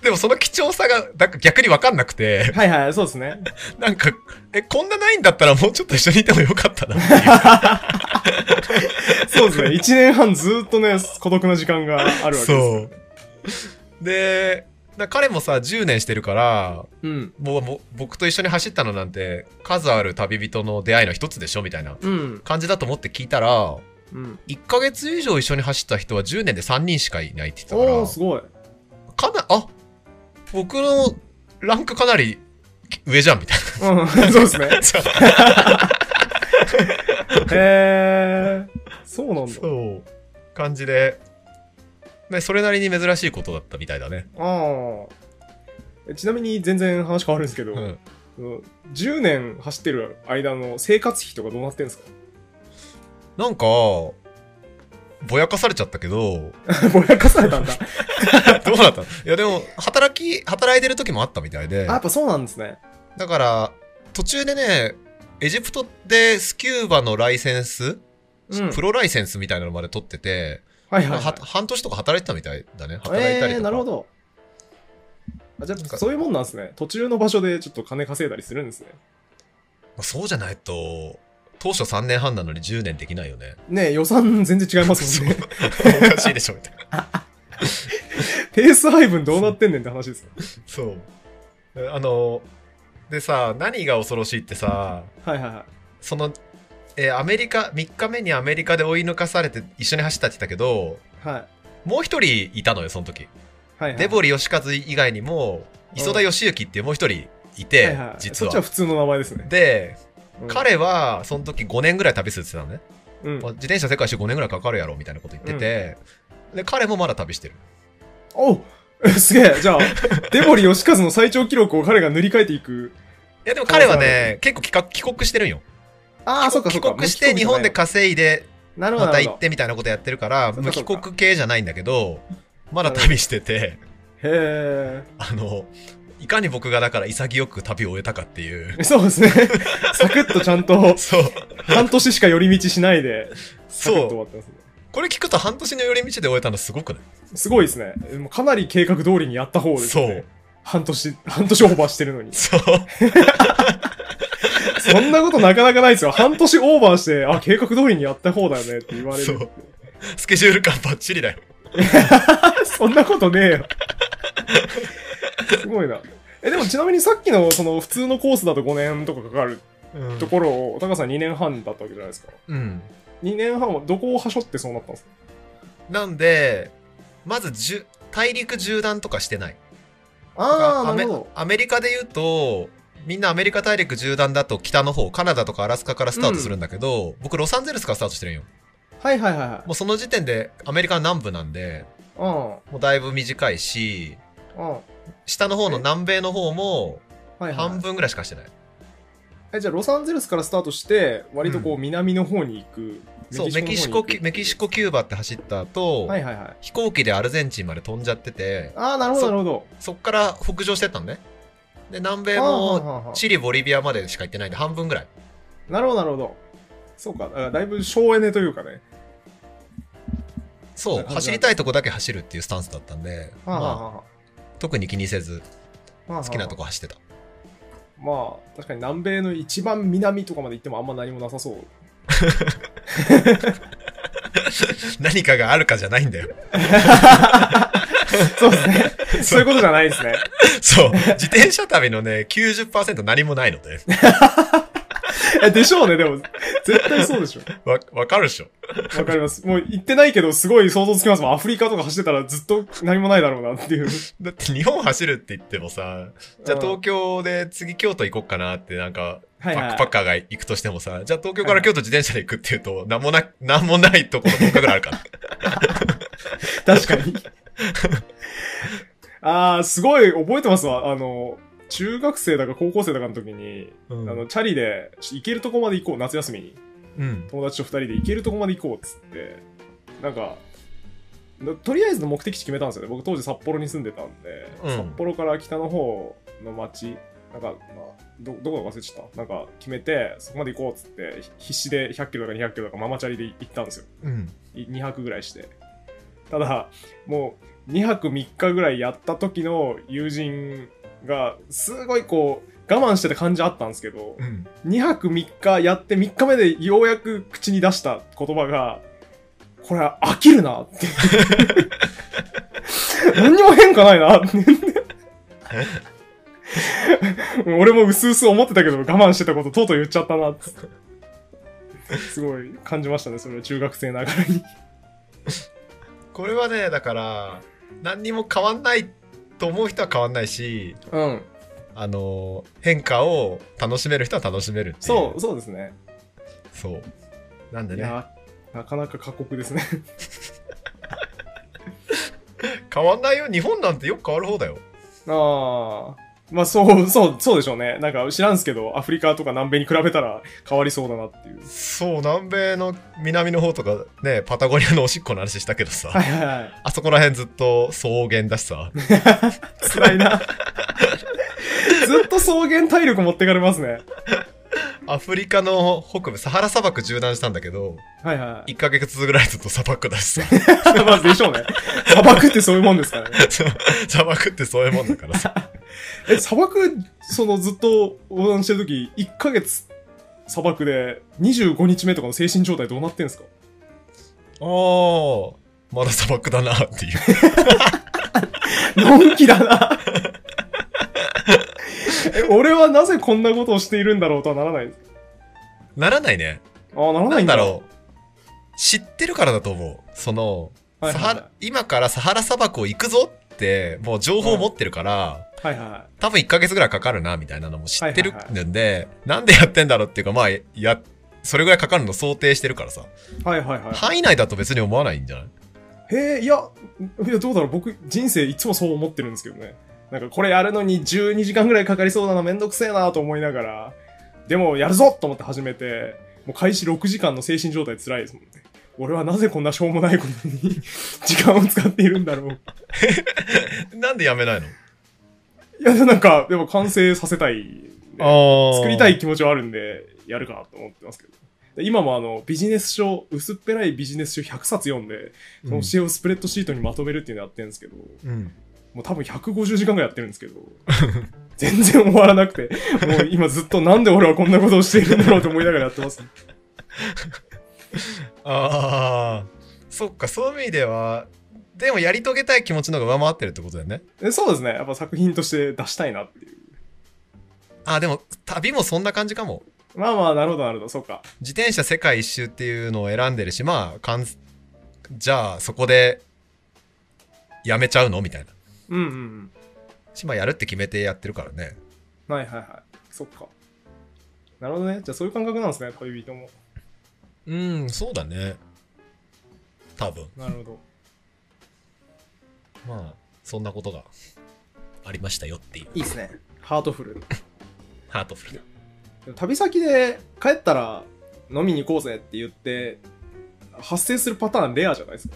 [SPEAKER 2] でもその貴重さが、なんか逆にわかんなくて、
[SPEAKER 1] はいはい、そうですね。
[SPEAKER 2] なんか、え、こんなないんだったらもうちょっと一緒にいてもよか
[SPEAKER 1] [laughs]
[SPEAKER 2] ったなっていう。
[SPEAKER 1] そうですね。1年半ずーっとね、孤独な時間があるわけです。
[SPEAKER 2] そう。で、な彼もさ、10年してるから、
[SPEAKER 1] うん。
[SPEAKER 2] もうもう僕と一緒に走ったのなんて、数ある旅人の出会いの一つでしょみたいな
[SPEAKER 1] うん。
[SPEAKER 2] 感じだと思って聞いたら、
[SPEAKER 1] うん。
[SPEAKER 2] 1ヶ月以上一緒に走った人は10年で3人しかいないって言って
[SPEAKER 1] おお
[SPEAKER 2] た
[SPEAKER 1] すごい。
[SPEAKER 2] から、かな、あ僕のランクかなり上じゃんみたい
[SPEAKER 1] うん、そうですね。
[SPEAKER 2] な。そう
[SPEAKER 1] [laughs] へえ。そうなんだ。
[SPEAKER 2] そう。感じで。ね、それなりに珍しいことだったみたいだね。
[SPEAKER 1] ああ。ちなみに全然話変わるんですけど、
[SPEAKER 2] うん。
[SPEAKER 1] その10年走ってる間の生活費とかどうなってんですか [laughs]
[SPEAKER 2] なんか、ぼやかされちゃったけど、
[SPEAKER 1] ぼやかされたんだ。
[SPEAKER 2] どうだ
[SPEAKER 1] [laughs]
[SPEAKER 2] ったのいやでも、働き、働いてる時もあったみたいで
[SPEAKER 1] あ、や、っぱそうなんですね。
[SPEAKER 2] だから、途中でね、エジプトでスキューバのライセンス、
[SPEAKER 1] うん
[SPEAKER 2] プロライセンスみたいなのまで取ってて、
[SPEAKER 1] はいはい、は。
[SPEAKER 2] はい半年とか働いてたみたいだね。働いたりとか。
[SPEAKER 1] えー、なるほど。あじゃ
[SPEAKER 2] なん
[SPEAKER 1] あ、
[SPEAKER 2] か
[SPEAKER 1] そういうもんなんですね。途中の場所でちょっと金稼いだりするんですね。
[SPEAKER 2] まあそうじゃないと、当初3年半なのに10年できないよね。
[SPEAKER 1] ねえ予算全然違いますもんね。
[SPEAKER 2] おかしいでしょ、みたいな。
[SPEAKER 1] ペース配分どうなってんねんって話ですよ。
[SPEAKER 2] そう。あの、でさ、何が恐ろしいってさ、
[SPEAKER 1] はいはいはい。
[SPEAKER 2] その、えーアメリカ、3日目にアメリカで追い抜かされて一緒に走ったって言ったけど、
[SPEAKER 1] はい。はい
[SPEAKER 2] もう一人いたのよ、その時。
[SPEAKER 1] はい、
[SPEAKER 2] デボリ義和以外にも、磯田義行っていうもう一人いて、
[SPEAKER 1] はいはい、
[SPEAKER 2] 実
[SPEAKER 1] そっ
[SPEAKER 2] は。
[SPEAKER 1] ちは普通の名前ですね。
[SPEAKER 2] で、
[SPEAKER 1] うん、
[SPEAKER 2] 彼は、その時5年ぐらい旅するって言ってたのね。
[SPEAKER 1] うん
[SPEAKER 2] まあ、自転車世界一周5年ぐらいかかるやろ、みたいなこと言ってて、で、彼もまだ旅してる。
[SPEAKER 1] おえ [laughs] すげえじ
[SPEAKER 2] [laughs]
[SPEAKER 1] ゃあ、デボリ義和の最長記録を彼が塗り替えていく。
[SPEAKER 2] いや、でも彼はね、結構帰国帰国してるんよ。
[SPEAKER 1] ああ、そっかそ
[SPEAKER 2] 帰
[SPEAKER 1] っか。
[SPEAKER 2] 国して日本で稼いで、
[SPEAKER 1] なるほど。な
[SPEAKER 2] また
[SPEAKER 1] る
[SPEAKER 2] 行
[SPEAKER 1] ほ
[SPEAKER 2] ってみたいなことやってるから、
[SPEAKER 1] そう
[SPEAKER 2] ま
[SPEAKER 1] か
[SPEAKER 2] あ
[SPEAKER 1] そう
[SPEAKER 2] 帰
[SPEAKER 1] か
[SPEAKER 2] 国系じゃないんだけど、まだ旅してて、
[SPEAKER 1] どへ
[SPEAKER 2] あの、いかに僕がだから潔く旅を終えたかっていう。
[SPEAKER 1] え。そうです
[SPEAKER 2] [laughs]
[SPEAKER 1] ね。サクッとちゃんと、
[SPEAKER 2] そう。
[SPEAKER 1] 半年しか寄り道しないで、サクッと終
[SPEAKER 2] そ
[SPEAKER 1] わ
[SPEAKER 2] う。
[SPEAKER 1] ってますね。
[SPEAKER 2] これ聞くと半年の寄り道で終えたのすごくない
[SPEAKER 1] すごいですね。でもかなり計画通りにやった方ですね。
[SPEAKER 2] そう。。
[SPEAKER 1] 半年、半年オーバーしてるのに
[SPEAKER 2] [laughs] そう。
[SPEAKER 1] そんなことなかなかないですよ。半年オーバーして、あ、計画通りにやった方だよねって言われ
[SPEAKER 2] そ
[SPEAKER 1] る。
[SPEAKER 2] う。スケジュール感バッチリだよ。
[SPEAKER 1] [laughs] そんなことねえよ。すごいな。え、でもちなみにさっきの、その、普通のコースだと5年とかかかる
[SPEAKER 2] うん
[SPEAKER 1] ところを、高橋さん2年半だったわけじゃないですか。
[SPEAKER 2] うん。
[SPEAKER 1] 2年半はどこをはしょってそうなったんですか
[SPEAKER 2] なんで、まずじゅ、大陸縦断とかしてない。アメアメリカで言うと、みんなアメリカ大陸縦断だと北の方、カナダとかアラスカからスタートするんだけど、僕ロサンゼルスからスタートしてるんよ。
[SPEAKER 1] はいはいはいはい
[SPEAKER 2] もうその時点でアメリカの南部なんで、
[SPEAKER 1] う
[SPEAKER 2] もうだいぶ短いし、
[SPEAKER 1] ん。うん。
[SPEAKER 2] 下の方の南米の方も
[SPEAKER 1] はいは
[SPEAKER 2] 半
[SPEAKER 1] い。
[SPEAKER 2] 分ぐらいしかしてない。
[SPEAKER 1] え、じゃあロサンゼルスからスタートして、割とこう南の方に行く。
[SPEAKER 2] そう、メキシコ、メキシ
[SPEAKER 1] コ
[SPEAKER 2] コ、キューバって走った
[SPEAKER 1] の方に行
[SPEAKER 2] 後、
[SPEAKER 1] く。はいはいはい。
[SPEAKER 2] 飛行機でアルゼンチンまで飛んじゃってて、
[SPEAKER 1] ああ、なるほど
[SPEAKER 2] そ
[SPEAKER 1] なるほど。
[SPEAKER 2] そっから北上してったのね。で、南米
[SPEAKER 1] あー
[SPEAKER 2] の
[SPEAKER 1] はんはんはん
[SPEAKER 2] チリ、ボリビアまでしか行ってないんで、半分ぐらい。
[SPEAKER 1] なるほどなるほど。そうか、だからだいぶ省エネというかね。
[SPEAKER 2] そ
[SPEAKER 1] な
[SPEAKER 2] う、
[SPEAKER 1] るほど
[SPEAKER 2] 走りたいとこだけ走るっていうスタンスだったんで、ま
[SPEAKER 1] は
[SPEAKER 2] あ、特に気にせず、
[SPEAKER 1] あはあ
[SPEAKER 2] 好きなとこ走ってた。
[SPEAKER 1] まあ、確かに南米の一番南とかまで行ってもあんま何もなさそう。
[SPEAKER 2] 何かがあるかじゃないん
[SPEAKER 1] [laughs]
[SPEAKER 2] だよ。
[SPEAKER 1] そうですね。そういうことじゃないですね。
[SPEAKER 2] そう、自転車旅のね、90%何もないの
[SPEAKER 1] [laughs]
[SPEAKER 2] で、
[SPEAKER 1] [laughs] えでしょうね、でも。絶対そうでしょ。
[SPEAKER 2] わ、わかるでしょ。
[SPEAKER 1] わかります。もう行ってないけど、すごい想像つきますもん。アフリカとか走ってたらずっと何もないだろうなっていう。
[SPEAKER 2] だって日本走るって言ってもさ、じゃ
[SPEAKER 1] う
[SPEAKER 2] あ
[SPEAKER 1] ん
[SPEAKER 2] 東京で次京都行こっかなってなんか、
[SPEAKER 1] は
[SPEAKER 2] バ
[SPEAKER 1] いはい
[SPEAKER 2] ックパッカーが行くとしてもさ、じゃあ東京から京都自転車で行くっていうと、なんもな、なんもないところ10日ぐらいあ
[SPEAKER 1] [laughs]
[SPEAKER 2] るから。
[SPEAKER 1] 確かに。ああ、すごい覚えてますわ。あの、中学生だか高校生だかの時に、
[SPEAKER 2] うん
[SPEAKER 1] あの、チャリで、行けるとこまで行こう、夏休みに。
[SPEAKER 2] うん。
[SPEAKER 1] 友達と二人で行けるとこまで行こうっつって、なんか、なとりあえずの目的地決めたんですよね。僕当時札幌に住んでたんで、
[SPEAKER 2] うん
[SPEAKER 1] 札幌から北の方の町、なんか、まあ、ど、どこだか忘れちゃった。なんか決めて、そこまで行こうっつって、ひ必死で100キロだか200キロだかママチャリで行ったんですよ。
[SPEAKER 2] うん。
[SPEAKER 1] い2泊ぐらいしてただもう2泊3日ぐらいやった時の友人がすごいこう我慢してた感じあったんですけど
[SPEAKER 2] うん。
[SPEAKER 1] 2泊3日やって3日目でようやく口に出した言葉がこれ飽きるなって [laughs] 何にも変化ないな [laughs] って俺もうすうす思ってたけど我慢してたこととうとう言っちゃったなっつってすごい感じましたねそれは中学生ながらに
[SPEAKER 2] これはね、だから、何にも変わんないと思う人は変わんないし、
[SPEAKER 1] うん、
[SPEAKER 2] あの、変化を楽しめる人は楽しめるっていう。
[SPEAKER 1] そう、そうですね。
[SPEAKER 2] そう。なんで
[SPEAKER 1] い
[SPEAKER 2] ね、
[SPEAKER 1] や、なかなか過酷ですね。
[SPEAKER 2] 変わんないよ。日本なんてよく変わる方だよ。
[SPEAKER 1] ああ。まあ、そう、そう、そうでしょうね。なんか知らんすけど、アフリカとか南米に比べたら変わりそうだなっていう。
[SPEAKER 2] そう、南米の南の方とかね、パタゴニアのおしっこの話したけどさ、
[SPEAKER 1] [laughs] はいはいはい。
[SPEAKER 2] あそこら辺ずっと草原だしさ、
[SPEAKER 1] 辛いな。ずっと草原体力持ってかれますね。
[SPEAKER 2] アフリカの北部、サハラ砂漠縦断したんだけど、
[SPEAKER 1] はいはい。
[SPEAKER 2] 1ヶ月ぐらいずっと砂漠だしさ、
[SPEAKER 1] [laughs] まあ、でしょうね。砂漠ってそういうもんですからね。
[SPEAKER 2] そう砂漠ってそういうもんだからさ、
[SPEAKER 1] [laughs] え、砂漠、そのずっと横断してるとき、1ヶ月砂漠で25日目とかの精神状態どうなってんすか
[SPEAKER 2] おー、まだ砂漠だなっていう。
[SPEAKER 1] のんきだな。え、俺はなぜこんなことをしているんだろうとはならないです
[SPEAKER 2] ならないね。
[SPEAKER 1] ああ、ならな
[SPEAKER 2] ないん
[SPEAKER 1] んだ。
[SPEAKER 2] だろう。知ってるからだと思う。その、
[SPEAKER 1] はい
[SPEAKER 2] サ
[SPEAKER 1] はい
[SPEAKER 2] ハ今からサハラ砂漠を行くぞって、もう情報を持ってるから、
[SPEAKER 1] はいはいはい。
[SPEAKER 2] 多分1ヶ月ぐらいかかるな、みたいなのも知ってるんで、なんでやってんだろうっていうか、まあ、や、それぐらいかかるの想定してるからさ。
[SPEAKER 1] はいはいは
[SPEAKER 2] 範囲内だと別に思わないんじゃない [laughs]
[SPEAKER 1] い。へえ、いや、いや、どうだろう。僕、人生いつもそう思ってるんですけどね。なんかこれやるのに12時間ぐらいかかりそうだな、めんどくせえなと思いながら、でもやるぞと思って始めて、もう開始6時間の精神状態辛いですもんね。俺はなぜこんなしょうもないことに [laughs] 時間を使っているんだろう。
[SPEAKER 2] なんでやめないの
[SPEAKER 1] いや、なんか、でも完成させたい、ね。
[SPEAKER 2] あ
[SPEAKER 1] 作りたい。気持ちはあるんで、やるかと思ってますけど。で今もあの、ビジネス書、薄っぺらいビジネス書100冊読んで、その教えをスプレッドシートにまとめるっていうのやってるんですけど、
[SPEAKER 2] うん。
[SPEAKER 1] もう多分150時間ぐらいやってるんですけど、 [laughs] 全然終わらなくて、もう今ずっとなんで俺はこんなことをしているんだろうと思いながらやってます。
[SPEAKER 2] ああ、そっか、そういう意味では、でもやり遂げたい気持ちの方が上回ってるってことだよね。
[SPEAKER 1] えそうですね。やっぱ作品として出したいなっていう。
[SPEAKER 2] ああ、でも旅もそんな感じかも。
[SPEAKER 1] まあまあ、なるほど、なるほど、そうか。
[SPEAKER 2] 自転車世界一周っていうのを選んでるし、まあ、かんじゃあそこでやめちゃうのみたいな。
[SPEAKER 1] うんうんうん。
[SPEAKER 2] しまあやるって決めてやってるからね。
[SPEAKER 1] はいはいはい。そっか。なるほどね。じゃあそういう感覚なんですね、恋人も。
[SPEAKER 2] うん、そうだね。多分。
[SPEAKER 1] なるほど。
[SPEAKER 2] まあ、そんなことがありましたよっていう。
[SPEAKER 1] いいですね。ハートフル。
[SPEAKER 2] ハートフルな。
[SPEAKER 1] 旅先で帰ったら飲みに行こうぜって言って発生するパターンレアじゃないですか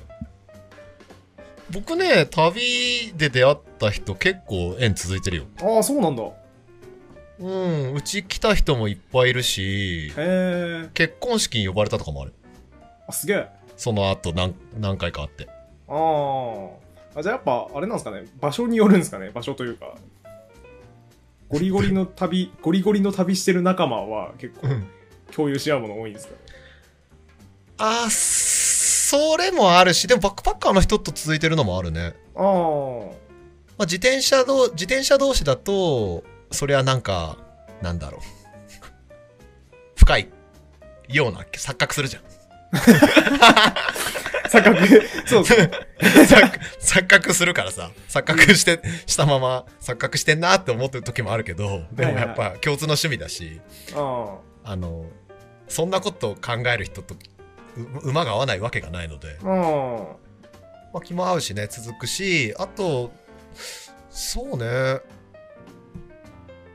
[SPEAKER 2] 僕ね、旅で出会った人結構縁続いてるよ。
[SPEAKER 1] ああそうなんだへ
[SPEAKER 2] うん、うち来た人もいっぱいいるし、
[SPEAKER 1] え
[SPEAKER 2] 結婚式に呼ばれたとかもある。
[SPEAKER 1] あすげえ
[SPEAKER 2] その後何、何回かあって。
[SPEAKER 1] あーあじゃあやっぱあれなんですかね場所によるんですかね場所というかゴリゴリの旅ゴリゴリの旅してる仲間は結構
[SPEAKER 2] うん。
[SPEAKER 1] 共有し合うもの多いんですかね
[SPEAKER 2] あー、それもあるし、でもバックパッカーの人と続いてるのもあるね。
[SPEAKER 1] ああ
[SPEAKER 2] まあ、自転車同、自転車同士だと、それはなんか、なんだろう。 [laughs] 深いような錯覚するじゃん。
[SPEAKER 1] 錯覚そうですね
[SPEAKER 2] 錯錯覚するからさ、錯覚して、したまま錯覚してんなって思ってる時もあるけど、でもやっ
[SPEAKER 1] は
[SPEAKER 2] ぱ共通の趣味だし、
[SPEAKER 1] [laughs] あ
[SPEAKER 2] あの、そんなことを考える人と、う馬が合わないわけがないので、
[SPEAKER 1] ああ
[SPEAKER 2] まあ、気も合うしね、続くし、あと、そうね、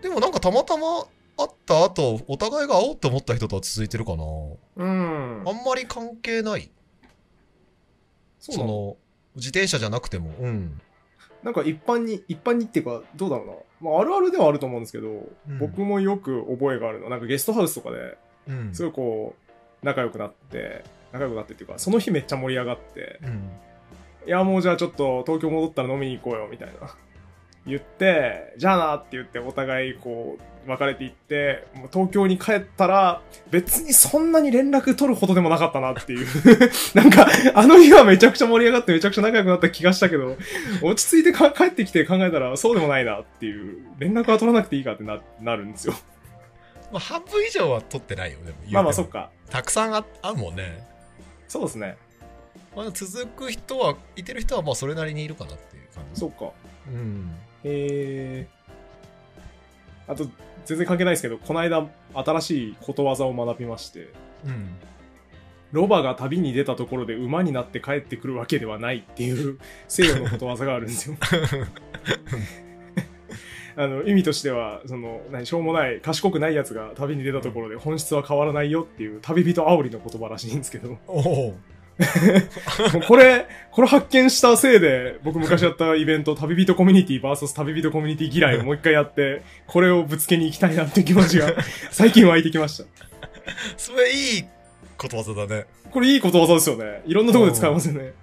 [SPEAKER 2] でもなんかたまたま会った後、お互いが会おうって思った人とは続いてるかな。
[SPEAKER 1] うん
[SPEAKER 2] あ。んまり関係ない。
[SPEAKER 1] そう
[SPEAKER 2] そ
[SPEAKER 1] なの
[SPEAKER 2] の、自転車じゃなくても。うん。
[SPEAKER 1] なんか一般に、一般にっていうか、どうだろうな。まあ、あるあるではあると思うんですけど、
[SPEAKER 2] ん
[SPEAKER 1] 僕もよく覚えがあるの。なんかゲストハウスとかで、
[SPEAKER 2] うん。
[SPEAKER 1] すごいこう、仲良くなって、仲良くなってっていうか、その日めっちゃ盛り上がって、
[SPEAKER 2] うん。
[SPEAKER 1] いや、もうじゃあちょっと東京戻ったら飲みに行こうよ、みたいな。言って、じゃあなって言って、お互いこう、別れていって、もう東京に帰ったら、別にそんなに連絡取るほどでもなかったなっていう。 [laughs] なんか、あの日はめちゃくちゃ盛り上がってめちゃくちゃ仲良くなった気がしたけど、落ち着いてか帰ってきて考えたら、そうでもないなっていう、連絡は取らなくていいかってな、なるんですよ。
[SPEAKER 2] まあ、半分以上は取ってないよ、でも。
[SPEAKER 1] まあまあ、
[SPEAKER 2] 言
[SPEAKER 1] そうって
[SPEAKER 2] も
[SPEAKER 1] か。
[SPEAKER 2] たくさんああるもんね。
[SPEAKER 1] そうですね。
[SPEAKER 2] まあ、続く人は、いてる人はまあそれなりにいるかなっていう感じ。
[SPEAKER 1] そうか。
[SPEAKER 2] うん。
[SPEAKER 1] えー、あと、全然関係ないですけど、この間、新しいことわざを学びまして、
[SPEAKER 2] うん。
[SPEAKER 1] ロバが旅に出たところで馬になって帰ってくるわけではないっていう西洋のことわざがあるんですよ。あの意味としてはその何しょうもない賢くないやつが旅に出たところで本質は変わらないよっていう旅人煽りの言葉らしいんですけども
[SPEAKER 2] おお。
[SPEAKER 1] う [laughs] これこれ発見したせいで僕昔やったイベント旅人コミュニティ VS 旅人コミュニティ嫌いをもう一回やってこれをぶつけに行きたいなっていう気持ちが [laughs] 最近湧いてきました
[SPEAKER 2] それいいことわざだね。
[SPEAKER 1] これいいことわざですよねいろんなところで使えますよね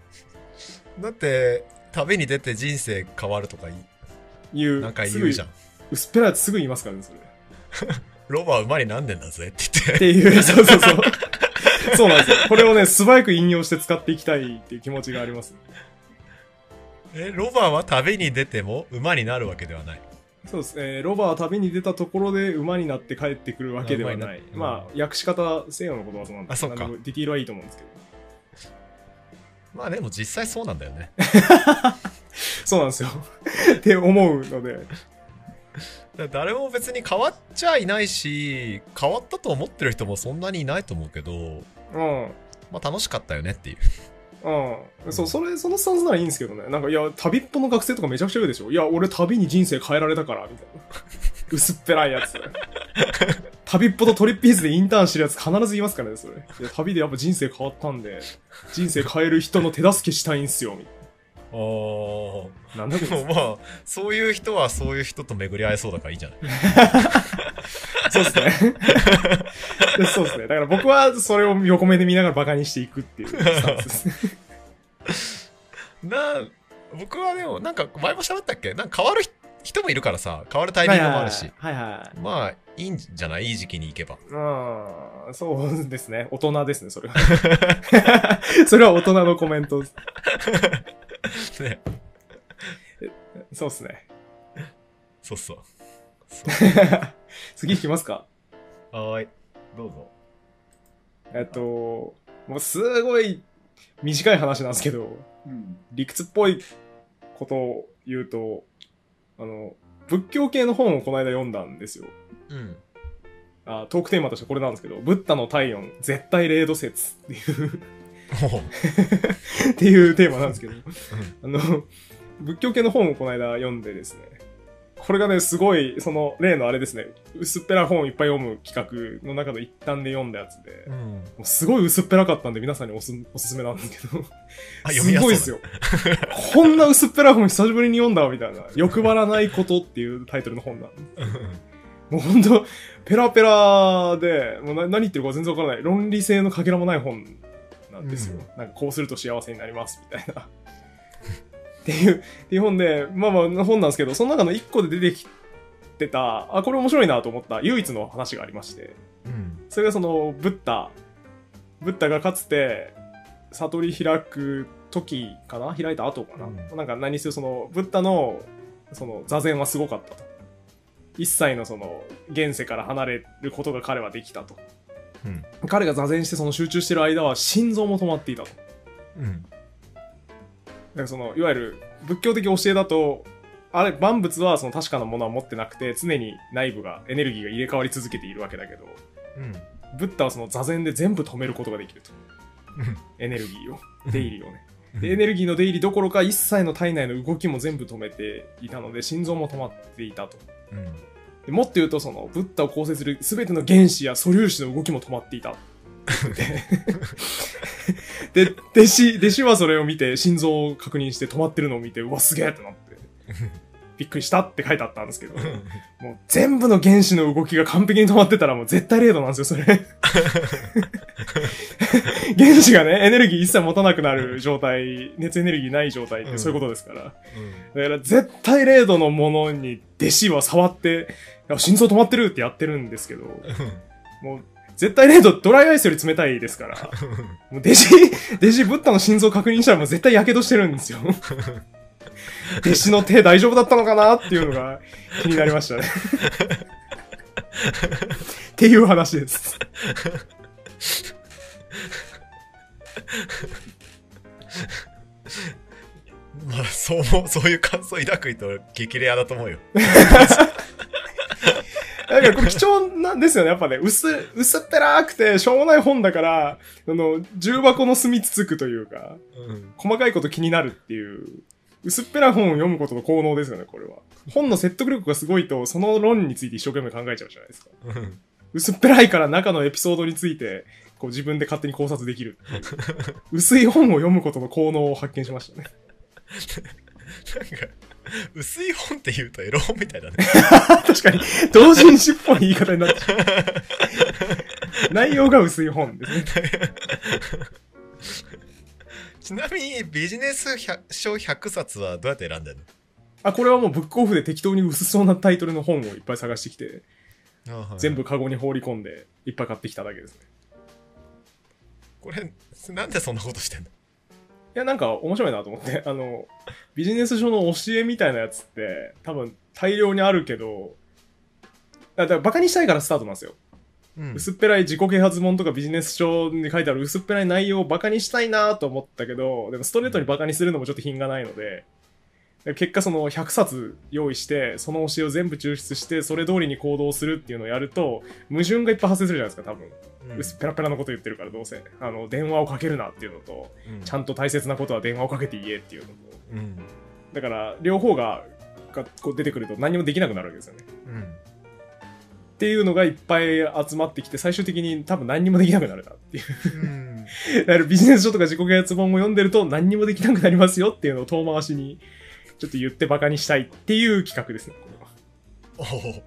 [SPEAKER 2] だって、旅に出て人生変わるとかい
[SPEAKER 1] いう
[SPEAKER 2] なんか言うじゃん。
[SPEAKER 1] 薄っぺらいやつすぐ言いますからねそれ
[SPEAKER 2] ロバは馬になんでんだぜって言
[SPEAKER 1] っ
[SPEAKER 2] って。
[SPEAKER 1] ていう、 [laughs] そうそうそう。そうなんですよ。これをね、素早く引用して使っていきたいっていう気持ちがあります。
[SPEAKER 2] え、ロバは旅に出ても馬になるわけではない。
[SPEAKER 1] そうです。えーロバは旅に出たところで馬になって帰ってくるわけではない。
[SPEAKER 2] あ馬にな
[SPEAKER 1] まあ、訳し方、西洋のことわざなんで、
[SPEAKER 2] あそっか
[SPEAKER 1] なんでもディティールはいいと思うんですけど。
[SPEAKER 2] まあでも実際そうなんだよね。
[SPEAKER 1] そうなんですよ。 [laughs] って思うので、
[SPEAKER 2] だから誰も別に変わっちゃいないし、変わったと思ってる人もそんなにいないと思うけど、
[SPEAKER 1] うん。
[SPEAKER 2] まあ楽しかったよねっていう。
[SPEAKER 1] うん、そうそれそのスタンスならいいんですけどねなんかいや旅っぽの学生とかめちゃくちゃいるでしょいや俺旅に人生変えられたからみたいな [laughs] 薄っぺらいやつ [laughs] 旅っぽとトリッピーズでインターンしてるやつ必ず言いますからねそれいや旅でやっぱ人生変わったんで人生変える人の手助けしたいんすよみたい
[SPEAKER 2] あー [laughs]
[SPEAKER 1] ななんだこい
[SPEAKER 2] でもまあ、そういう人はそういう人と巡り合えそうだからいいじゃない。
[SPEAKER 1] つそうですねで [laughs] そうですねだから僕はそれを横目で見ながらバカにしていくっていうスタンスですね
[SPEAKER 2] な、僕はでも、なんか前も喋ったっけなんか変わる人もいるからさ、変わるタイミングもあるし。
[SPEAKER 1] はいはい
[SPEAKER 2] まあ、いいんじゃないいい時期に行けば。 [laughs]
[SPEAKER 1] うん、そうですね。大人ですね、それは。それは [laughs] 大人のコメントです。
[SPEAKER 2] ね。
[SPEAKER 1] そうですね。 [laughs]
[SPEAKER 2] そうそう。
[SPEAKER 1] 次行きますか。
[SPEAKER 2] はーい。
[SPEAKER 3] どうぞ。
[SPEAKER 1] えっと、もうすごい短い話なんですけど、
[SPEAKER 3] うん。
[SPEAKER 1] 理屈っぽいことを言うと、あの、仏教系の本をこの間読んだんですよ。
[SPEAKER 2] うん。 [laughs]
[SPEAKER 1] あトークテーマとしてこれなんですけど、ブッダの体温、絶対0度説っていう
[SPEAKER 2] おう
[SPEAKER 1] っていうテーマなんですけど、あの、仏教系の本をこの間読んでですね、これがね、すごい、その、例のあれですね、薄っぺら本いっぱい読む企画の中の一端で読んだやつで、
[SPEAKER 2] う
[SPEAKER 1] も
[SPEAKER 2] ん。
[SPEAKER 1] うすごい薄っぺらかったんで皆さんにおすおすすめなんですけど、
[SPEAKER 2] あ、読み
[SPEAKER 1] す
[SPEAKER 2] やす
[SPEAKER 1] ご
[SPEAKER 2] そ
[SPEAKER 1] いうで
[SPEAKER 2] だ
[SPEAKER 1] すよ。こんな薄っぺら本久しぶりに読んだわみたいな、欲張らないことっていうタイトルの本なんでもうほんと、ペラペラで、もうな何言ってるか全然わからない。論理性のかけらもない本なんですよ。なんかこうすると幸せになります、みたいな。 [laughs] っていう、っていう本で、まあまあ本なんですけど、その中の1個で出てきてた、あ、これ面白いなと思った唯一の話がありまして、
[SPEAKER 2] うん。
[SPEAKER 1] それがその、ブッダ。ブッダがかつて、悟り開く時かな開いた後かな、
[SPEAKER 2] う
[SPEAKER 1] なんか何せその、ブッダの、その、座禅はすごかったと。一切のその、現世から離れることが彼はできたと。
[SPEAKER 2] うん。
[SPEAKER 1] 彼が座禅してその集中してる間は心臓も止まっていたと。だか
[SPEAKER 2] うん。
[SPEAKER 1] らその、いわゆる仏教的教えだと、あれ、万物はその確かなものは持ってなくて、常に内部が、エネルギーが入れ替わり続けているわけだけど、
[SPEAKER 2] うん。
[SPEAKER 1] ブッダはその座禅で全部止めることができると。エネルギーを、出入りをね。で、エネルギーの出入りどころか、一切の体内の動きも全部止めていたので、心臓も止まっていたと。
[SPEAKER 2] うん。
[SPEAKER 1] でもっと言うと、その、ブッダを構成する全ての原子や素粒子の動きも止まっていた。で、弟子、弟子はそれを見て、心臓を確認して止まってるのを見て、うわ、すげえってなって、びっくりしたって書いてあったんですけど、もう全部の原子の動きが完璧に止まってたらもう絶対0度なんですよ、それ。原子がね、エネルギー一切持たなくなる状態、熱エネルギーない状態ってそういうことですから。だから絶対0度のものに弟子は触って、いや心臓止まってるってやってるんですけど、もう絶対0度ドライアイスより冷たいですから、もう弟子、弟子ブッダの心臓確認したらもう絶対火傷してるんですよ。弟子の手大丈夫だったのかなっていうのが気になりましたね。っていう話です。
[SPEAKER 2] まあ、そう思う、そういう感想抱く人は激レアだと思うよ。
[SPEAKER 1] だからこれ貴重なんですよね。やっぱね、薄、薄っぺらくてしょうもない本だから、あの、重箱の隅つつくというか、
[SPEAKER 2] うん。
[SPEAKER 1] 細かいこと気になるっていう、薄っぺら本を読むことの効能ですよね、これは。本の説得力がすごいと、その論について一生懸命考えちゃうじゃないですか。
[SPEAKER 2] うん。
[SPEAKER 1] 薄っぺらいから中のエピソードについて、こう自分で勝手に考察できるっていう。薄い本を読むことの効能を発見しましたね。 [laughs]
[SPEAKER 2] なんか、薄い本って言うとエロ本みたいだね。
[SPEAKER 1] [laughs] 確かに、同人誌っぽい言い方になっちゃう。内容が薄い本ですね。
[SPEAKER 2] ちなみに、ビジネス百書100冊はどうやって選んでん
[SPEAKER 1] あ、これはもうブックオフで適当に薄そうなタイトルの本をいっぱい探してきて、
[SPEAKER 2] の、
[SPEAKER 1] 全部カゴに放り込んで、いっぱい買ってきただけですね。
[SPEAKER 2] これ、なんでそんなことしてんの
[SPEAKER 1] いや、なんか面白いなと思って。 [laughs] あの、ビジネス書の教えみたいなやつって、多分大量にあるけど、あだからバカにしたいからスタートなんですよ。
[SPEAKER 2] うん
[SPEAKER 1] 薄っぺらい自己啓発本とかビジネス書に書いてある薄っぺらい内容をバカにしたいなと思ったけど、でもストレートにバカにするのもちょっと品がないので、で結果その100冊用意して、その教えを全部抽出して、それ通りに行動するっていうのをやると、矛盾がいっぱい発生するじゃないですか、多分。
[SPEAKER 2] うん
[SPEAKER 1] 薄っぺらぺらのこと言ってるからどうせ。あの、電話をかけるなっていうのと、
[SPEAKER 2] うん
[SPEAKER 1] ちゃんと大切なことは電話をかけて言えっていうのと。
[SPEAKER 2] うん。
[SPEAKER 1] だから、両方が、がこう出てくると何もできなくなるわけですよね。
[SPEAKER 2] うん。
[SPEAKER 1] っていうのがいっぱい集まってきて、最終的に多分何にもできなくなるなっていう。
[SPEAKER 2] うん。
[SPEAKER 1] だからビジネス書とか自己啓発本を読んでると何にもできなくなりますよっていうのを遠回しに、ちょっと言ってバカにしたいっていう企画ですね、これ
[SPEAKER 2] おお。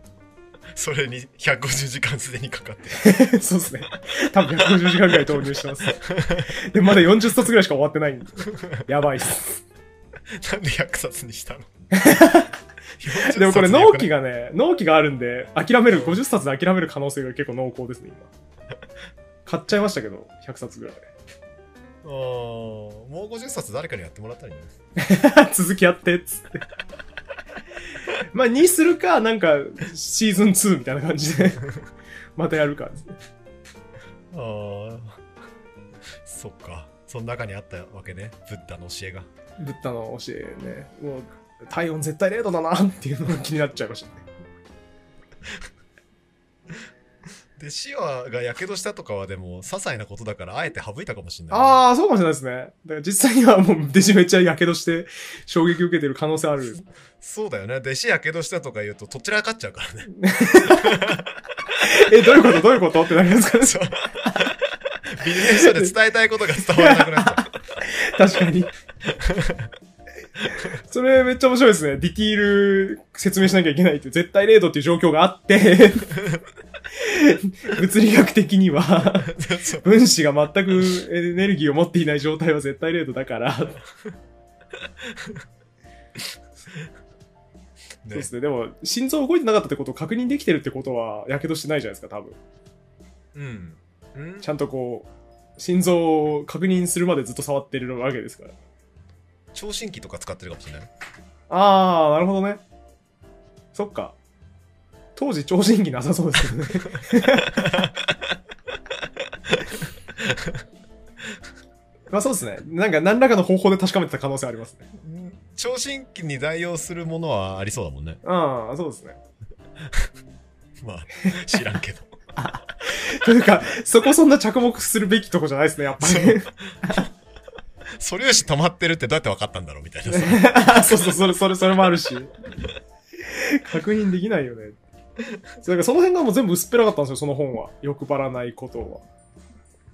[SPEAKER 2] それに150時間すでにかかって
[SPEAKER 1] は。そうですね。多分150時間ぐらい投入してます。で、まだ40冊ぐらいしか終わってないんで。やばいっす。
[SPEAKER 2] る。なんで100冊にし
[SPEAKER 1] [laughs]
[SPEAKER 2] たの
[SPEAKER 1] でもこれ納期
[SPEAKER 2] が。
[SPEAKER 1] がね、納期があるんで、諦める、50冊で諦める可能性が結構濃厚ですね、今。 [laughs] 買っちゃいましたけど、100冊ぐらい。
[SPEAKER 2] あーもう50冊誰かにやってもらったらいいんじゃ
[SPEAKER 1] [laughs] 続きやって、つって。 [laughs] まあ、にするか、なんか、シーズン2みたいな感じで、 [laughs] またやるか。
[SPEAKER 2] ないああ。そっか。その中にあったわけね。ブッダの教えが。
[SPEAKER 1] ブッダの教えね、もう、体温絶対0度だなっていうのが気になっちゃいましたね。
[SPEAKER 2] で、シアがやけどしたとかはでも、些細なことだから、あえて省いたかもしれない。
[SPEAKER 1] ああ、そうかもしれないですね。だから実際にはもう、弟子めっちゃ火傷して、衝撃受けてる可能性あ [laughs] る。
[SPEAKER 2] そうだよね。弟子やけどしたとか言うと、とっちらかっちゃうからね。
[SPEAKER 1] え、どういうことどういうことってなりますかね。
[SPEAKER 2] そう。ビジネ [laughs] ス書で伝えたいことが伝わらなくなっちゃう。
[SPEAKER 1] 確かに。それめっちゃ面白いですね。ディティール説明しなきゃいけないって、絶対0度っていう状況があ [laughs] って、物理学的には、
[SPEAKER 2] [laughs] そう
[SPEAKER 1] 分子が全くエネルギーを持っていない状態は絶対0度だから、そう
[SPEAKER 2] [laughs] ね
[SPEAKER 1] ですね。でも、心臓動いてなかったってことを確認できてるってことは、やけどしてないじゃないですか、多分。
[SPEAKER 2] うん。うん
[SPEAKER 1] ちゃんとこう、心臓を確認するまでずっと触ってるわけですから。
[SPEAKER 2] 聴診器とか使ってるかもしれない。
[SPEAKER 1] あー、なるほどね。そっか。当時、聴診器なさそうですけどね。 [laughs] まあそうですね。なんか何らかの方法で確かめてた可能性ありますね。
[SPEAKER 2] 聴診器に代用するものはありそうだもんね。
[SPEAKER 1] ああ、そうですね。
[SPEAKER 2] まあ、知らんけど。 [laughs]
[SPEAKER 1] というか、そこそんな着目するべきとこじゃないですね、やっぱ
[SPEAKER 2] そう
[SPEAKER 1] り。
[SPEAKER 2] 素粒子溜まってるってどうやって分かったんだろうみたいなさ。
[SPEAKER 1] [laughs] そうそう、それ、それ、それもあるし。確認できないよね。だからその辺がもう全部薄っぺらかったんですよ、その本は。欲張らないことは。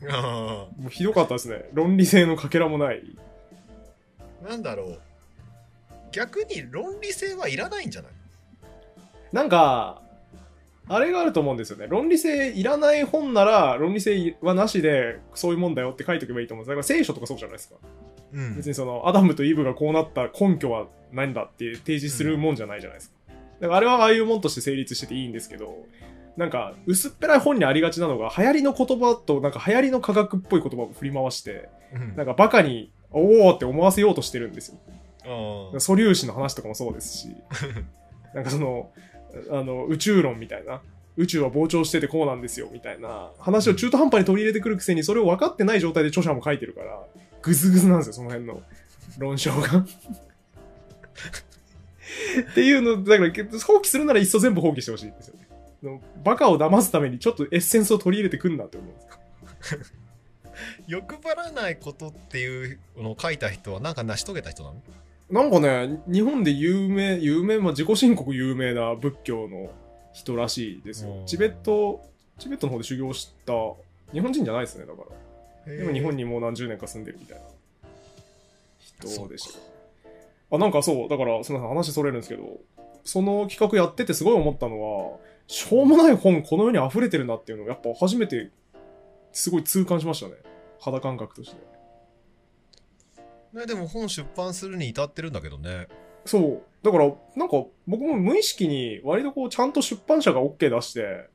[SPEAKER 2] [laughs] あ
[SPEAKER 1] もうひどかったですね。論理性のかけらもない。
[SPEAKER 2] ーなんだろう。逆に論理性はいらないんじゃない
[SPEAKER 1] なんか、あれがあると思うんですよね。論理性いらない本なら、論理性はなしで、そういうもんだよって書いておけばいいと思うんです。だから聖書とかそうじゃないですか。
[SPEAKER 2] うん
[SPEAKER 1] 別。にその、アダムとイブがこうなった根拠は何だって提示するもんじゃないじゃないですか。だからあれはああいうもんとして成立してていいんですけど、なんか、薄っぺらい本にありがちなのが、流行りの言葉と、なんか流行りの科学っぽい言葉を振り回して、
[SPEAKER 2] うん
[SPEAKER 1] なんかバカに、おおって思わせようとしてるんですよ。
[SPEAKER 2] あー
[SPEAKER 1] 素粒子の話とかもそうですしなんかそのあの宇宙論みたいな宇宙は膨張しててこうなんですよみたいな話を中途半端に取り入れてくるくせにそれを分かってない状態で著者も書いてるからグズグズなんですよその辺の論証が。っていうのだから放棄するならいっそ全部放棄してほしいんですよね。あのバカを騙すためにちょっとエッセンスを取り入れてくんなって思うんです
[SPEAKER 2] 欲張らないことっていうのを書いた人はなんか成し遂げた人なの
[SPEAKER 1] なんかね、日本で有名、有名、まあ、自己申告有名な仏教の人らしいです
[SPEAKER 2] う
[SPEAKER 1] よ
[SPEAKER 2] ん。
[SPEAKER 1] チベット、チベットの方で修行した、日本人じゃないですね、だから。でも日本
[SPEAKER 2] に
[SPEAKER 1] にもう何十年か住んでるみたいな人でした。あ、なんかそう、だから、すみません、話それるんですけど、その企画やっててすごい思ったのは、しょうもない本この世に溢れてるなっていうのをやっぱ初めてすごい痛感しましたね。肌感覚として。
[SPEAKER 2] ね、でも本出版するに至ってるんだけどね。
[SPEAKER 1] そう。だから、なんか、僕も無意識に、割とこう、ちゃんと出版社が OK 出して、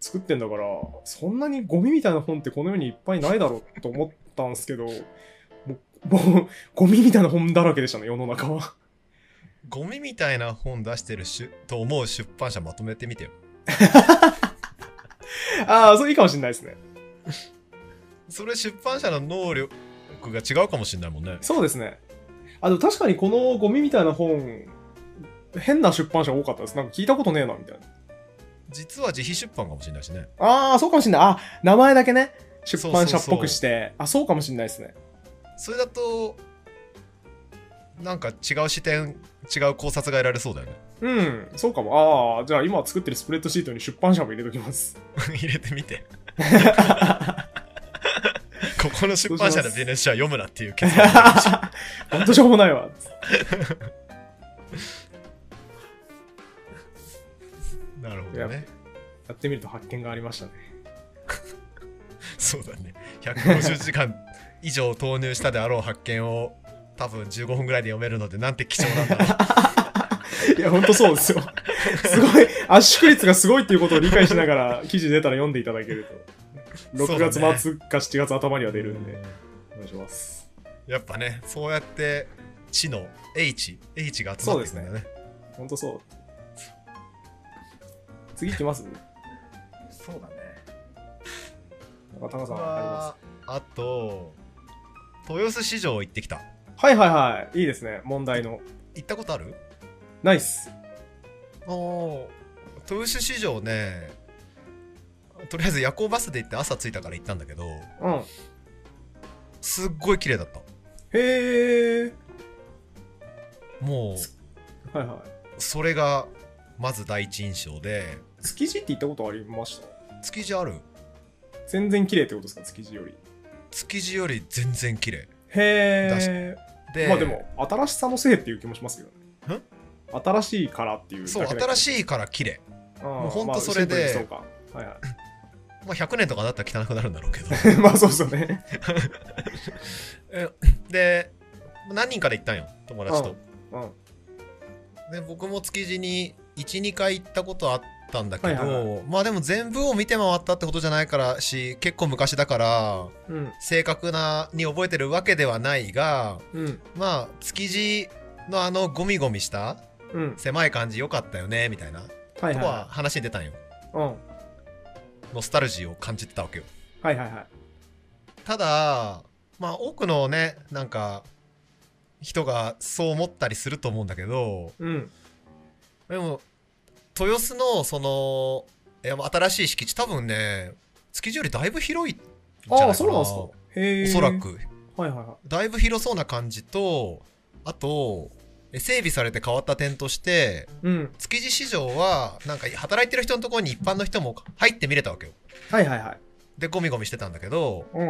[SPEAKER 1] 作ってんだから、そんなにゴミみたいな本ってこの世にいっぱいないだろうと思ったんですけど、もう、もう、ゴミみたいな本だらけでしたね、世の中
[SPEAKER 2] [laughs]
[SPEAKER 1] は。
[SPEAKER 2] ゴミみたいな本出してるしと思う出版社まとめてみてよ。
[SPEAKER 1] ああ、そういいかもしんないですね。
[SPEAKER 2] それ出版社の能力が違うかもしれないもんね。
[SPEAKER 1] そうですね。あ、でも確かにこのゴミみたいな本、変な出版社多かったです。なんか聞いたことねえな、みたいな。
[SPEAKER 2] 実は自費出版かもしれないしね。
[SPEAKER 1] ああ、そうかもしんない。あ、名前だけね、出版社っ
[SPEAKER 2] そうそう
[SPEAKER 1] ぽ
[SPEAKER 2] そう
[SPEAKER 1] くして。あ、そうかもしんないですね。
[SPEAKER 2] それだと、なんか違う視点、違う考察が得られそうだよね。 [laughs]
[SPEAKER 1] うん、そうかも。ああ、じゃあ今作ってるスプレッドシートに出版社も入れときます。 [laughs]
[SPEAKER 2] 入れてみて。ここの出版社のビジネス書は読むなってい
[SPEAKER 1] [laughs]
[SPEAKER 2] う結論になりました。
[SPEAKER 1] ほんとしょうもないわ。
[SPEAKER 2] なるほどね。
[SPEAKER 1] やってみると発見がありましたね。
[SPEAKER 2] そうだね。150時間以上投入したであろう発見を多分15分ぐらいで読めるのでなんて貴重なんだろう。
[SPEAKER 1] [laughs] いや、ほんとそうですよ。 [laughs] すごい、圧縮率がすごいっていうことを理解しなが [laughs] ら、記事出たら読んでいただけると。
[SPEAKER 2] そう
[SPEAKER 1] 6
[SPEAKER 2] だね
[SPEAKER 1] 月末か7月頭には出るんで、お願いします。
[SPEAKER 2] やっぱね、そうやって知の H、H が集まってくるんだよね。
[SPEAKER 1] ほんとそう。次行きます
[SPEAKER 3] そうだね。
[SPEAKER 1] なんかタカさん、ありま
[SPEAKER 3] は
[SPEAKER 2] あと、豊洲市場行ってきた。
[SPEAKER 1] す。はいはいはい。いいですね。問題の。
[SPEAKER 2] 行ったことある
[SPEAKER 1] ナイス。
[SPEAKER 2] お豊洲市場ね、とりあえず夜行バスで行って朝着いたから行ったんだけど、
[SPEAKER 1] うん。へ
[SPEAKER 2] すっごい綺麗だった。
[SPEAKER 1] え。
[SPEAKER 2] も
[SPEAKER 1] はいは
[SPEAKER 2] う、それがまず第一印象で、
[SPEAKER 1] い。築地って行ったことありました
[SPEAKER 2] 築地ある
[SPEAKER 1] 全然綺麗ってことですか築地より
[SPEAKER 2] 築地より全然綺麗
[SPEAKER 1] へ
[SPEAKER 2] で
[SPEAKER 1] えまあでも新しさのせいっていう気もしますけどね
[SPEAKER 2] ん
[SPEAKER 1] 新しいからっていう
[SPEAKER 2] そう新しいから綺麗
[SPEAKER 1] いも
[SPEAKER 2] うほんとそれで
[SPEAKER 1] そうかはいは
[SPEAKER 2] まあ100年とかだったら汚くなるんだろうけど
[SPEAKER 1] い [laughs] まあそうですよね
[SPEAKER 2] えで何人かで行ったんよ友達と、
[SPEAKER 1] うんうん
[SPEAKER 2] で僕も築地に12回行ったことあったんだけど、
[SPEAKER 1] はいはい
[SPEAKER 2] まあでも全部を見て回ったってことじゃないからし結構昔だから
[SPEAKER 1] うん
[SPEAKER 2] 正確なに覚えてるわけではないが
[SPEAKER 1] うん
[SPEAKER 2] まあ築地のあのゴミゴミした
[SPEAKER 1] うん
[SPEAKER 2] 狭い感じ良かったよねみたいな
[SPEAKER 1] はい
[SPEAKER 2] とこは
[SPEAKER 1] は
[SPEAKER 2] 話に出たんよ
[SPEAKER 1] いうん
[SPEAKER 2] ノスタルジーを感じてたわけよ
[SPEAKER 1] はいはいはい
[SPEAKER 2] ただまあ多くのねなんか人がそう思ったりすると思うんだけど
[SPEAKER 1] うん
[SPEAKER 2] でも豊洲のそのいやまあ新しい敷地多分ね築地よりだいぶ広いんじゃないか
[SPEAKER 1] あ
[SPEAKER 2] な
[SPEAKER 1] あそうなんですかへえ
[SPEAKER 2] おそらく
[SPEAKER 1] はいはいは
[SPEAKER 2] だいぶ広そうな感じとあとえ整備されて変わった点として、
[SPEAKER 1] うん。
[SPEAKER 2] 築地市場は、なんか働いてる人のところに一般の人も入ってみれたわけよ。
[SPEAKER 1] はいはいはい。
[SPEAKER 2] で、ゴミゴミしてたんだけど、
[SPEAKER 1] うん。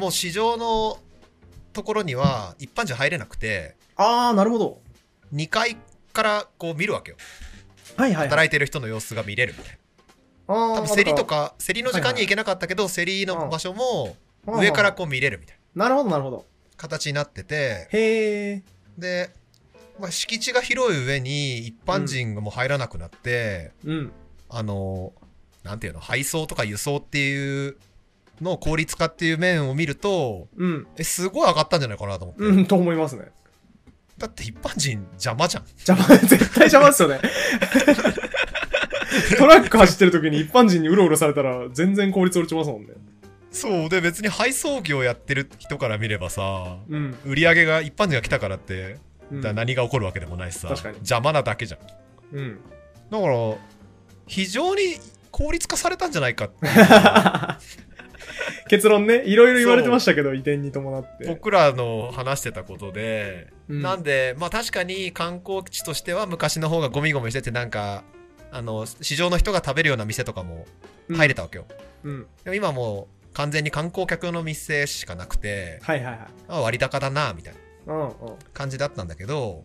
[SPEAKER 2] もう市場のところには一般人入れなくて、
[SPEAKER 1] あー、なるほど。
[SPEAKER 2] 2階からこう見るわけよ。
[SPEAKER 1] はいはい、はい。
[SPEAKER 2] 働いてる人の様子が見れるみたいな。
[SPEAKER 1] あー
[SPEAKER 2] 多分競りと、か、競りの時間には行けなかったけど、競りの場所も
[SPEAKER 1] なん
[SPEAKER 2] 上からこう見れるみたい
[SPEAKER 1] な
[SPEAKER 2] な
[SPEAKER 1] るほどなるほど。
[SPEAKER 2] 形になってて、
[SPEAKER 1] へー。
[SPEAKER 2] で、まあ、敷地が広い上に一般人がもう入らなくなって、
[SPEAKER 1] うん。
[SPEAKER 2] あの、なんていうの、配送とか輸送っていうのを効率化っていう面を見ると、
[SPEAKER 1] うん。
[SPEAKER 2] え、すごい上がったんじゃないかなと思って。
[SPEAKER 1] うん、と思いますね。
[SPEAKER 2] だって一般人邪魔じゃん。
[SPEAKER 1] 邪魔、絶対邪魔ですよ [laughs] ね。トラック走ってる時に一般人にうろうろされたら全然効率落ちますもんね。
[SPEAKER 2] そう、で別に配送業やってる人から見ればさ、
[SPEAKER 1] うん。
[SPEAKER 2] 売り上げが一般人が来たからって、
[SPEAKER 1] うん、
[SPEAKER 2] だ何が起こるわけでもないしさ、
[SPEAKER 1] 確かに
[SPEAKER 2] 邪魔なだけじゃん。だか
[SPEAKER 1] うん。
[SPEAKER 2] ら、非常に効率化されたんじゃないかって、
[SPEAKER 1] 結論ね、いろいろ言われてましたけど、移転に伴って。
[SPEAKER 2] 僕らの話してたことで、
[SPEAKER 1] うん
[SPEAKER 2] なんで、まあ確かに観光地としては昔の方がゴミゴミしててなんか、あの、市場の人が食べるような店とかも入れたわけよ。
[SPEAKER 1] うん。
[SPEAKER 2] でも今もう完全に観光客の店しかなくて、
[SPEAKER 1] はいはいはい。
[SPEAKER 2] あ割高だな、みたいな
[SPEAKER 1] うんうん。
[SPEAKER 2] 感じだったんだけど、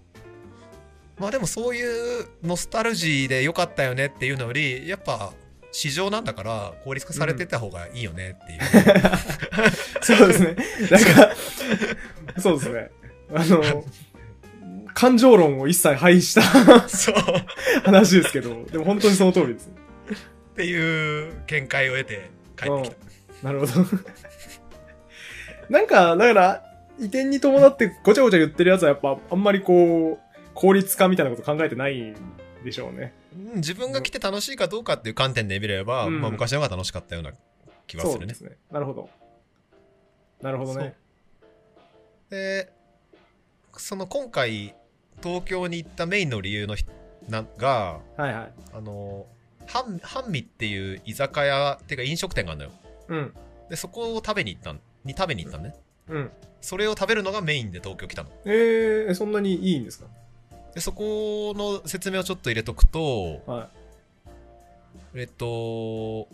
[SPEAKER 2] まあでもそういうノスタルジーで良かったよねっていうのより、やっぱ市場なんだから効率化されてった方がいいよねっていう。
[SPEAKER 1] そうです [laughs] ね。なんか、そうですね。あ [laughs] の、感情論を一切排した
[SPEAKER 2] [laughs] そう。っ
[SPEAKER 1] 話ですけど、でも本当にその通りです。
[SPEAKER 2] ていう見解を得て帰ってきた。
[SPEAKER 1] なるほど。 [laughs] なんか、だから、移転に伴ってごちゃごちゃ言ってるやつはやっぱ、あんまりこう、効率化みたいなこと考えてないんでしょうね。
[SPEAKER 2] うん自分が来て楽しいかどうかっていう観点で見れば、
[SPEAKER 1] うん
[SPEAKER 2] まあ、昔の方が楽しかったような気は
[SPEAKER 1] そ
[SPEAKER 2] す
[SPEAKER 1] う
[SPEAKER 2] る
[SPEAKER 1] で
[SPEAKER 2] ね
[SPEAKER 1] す。ね。なるほど。なるほどね。
[SPEAKER 2] そうでその今回東京に行ったメインの理由のひなが
[SPEAKER 1] はいはい。
[SPEAKER 2] あの半半身っていう居酒屋っていうか飲食店があるのよ
[SPEAKER 1] うん。
[SPEAKER 2] でそこを食べに行ったんに食べに行ったんね
[SPEAKER 1] うん。
[SPEAKER 2] それを食べるのがメインで東京来たの
[SPEAKER 1] えー、そんなにいいんですか
[SPEAKER 2] でそこの説明をちょっと入れとくと
[SPEAKER 1] は
[SPEAKER 2] えっと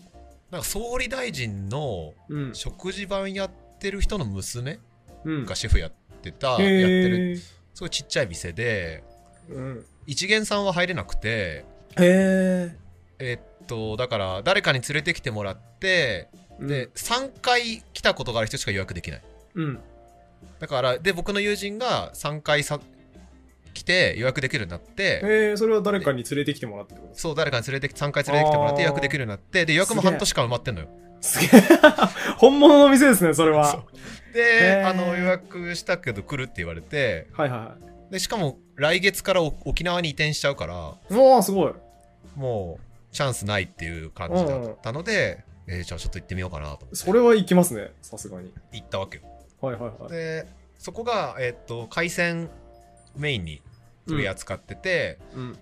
[SPEAKER 2] なんか総理大臣の
[SPEAKER 1] い。うん。
[SPEAKER 2] 食事版やってる人の娘
[SPEAKER 1] うん。
[SPEAKER 2] がシェフやってた、
[SPEAKER 1] へ
[SPEAKER 2] や
[SPEAKER 1] ー
[SPEAKER 2] ってる、すごいちっちゃい店で、
[SPEAKER 1] うん。
[SPEAKER 2] 一元さんは入れなくて、
[SPEAKER 1] へ
[SPEAKER 2] えっと、だから、誰かに連れてきてもらって、
[SPEAKER 1] ー。
[SPEAKER 2] で、、3回来たことがある人しか予約できない。
[SPEAKER 1] うん。
[SPEAKER 2] だから、で、僕の友人が3回さ来て予約できるようになって、
[SPEAKER 1] えー、それは誰かに連れてきてもらってってことです
[SPEAKER 2] そう、誰かに連れてき3回連れてきてもらっ
[SPEAKER 1] あー
[SPEAKER 2] て予約できるようになって、で、予約も
[SPEAKER 1] すげえ
[SPEAKER 2] 半年間埋まってんのよ。 [laughs]
[SPEAKER 1] すげえ。本物の店ですね、それ
[SPEAKER 2] そう
[SPEAKER 1] は。
[SPEAKER 2] で、
[SPEAKER 1] へー
[SPEAKER 2] あの、予約したけど来るって言われて、
[SPEAKER 1] はいはいは
[SPEAKER 2] で、しかも来月からお沖縄に移転しちゃうから、
[SPEAKER 1] い。おー、すごい。
[SPEAKER 2] もうチャンスないっていう感じだったので、えーじゃあちょっと行ってみようかなと
[SPEAKER 1] それは行きますね、さすがに。
[SPEAKER 2] 行ったわけよ
[SPEAKER 1] はいはいはい。
[SPEAKER 2] でそこが、えーっと海鮮メインに取り扱ってて、
[SPEAKER 1] うん。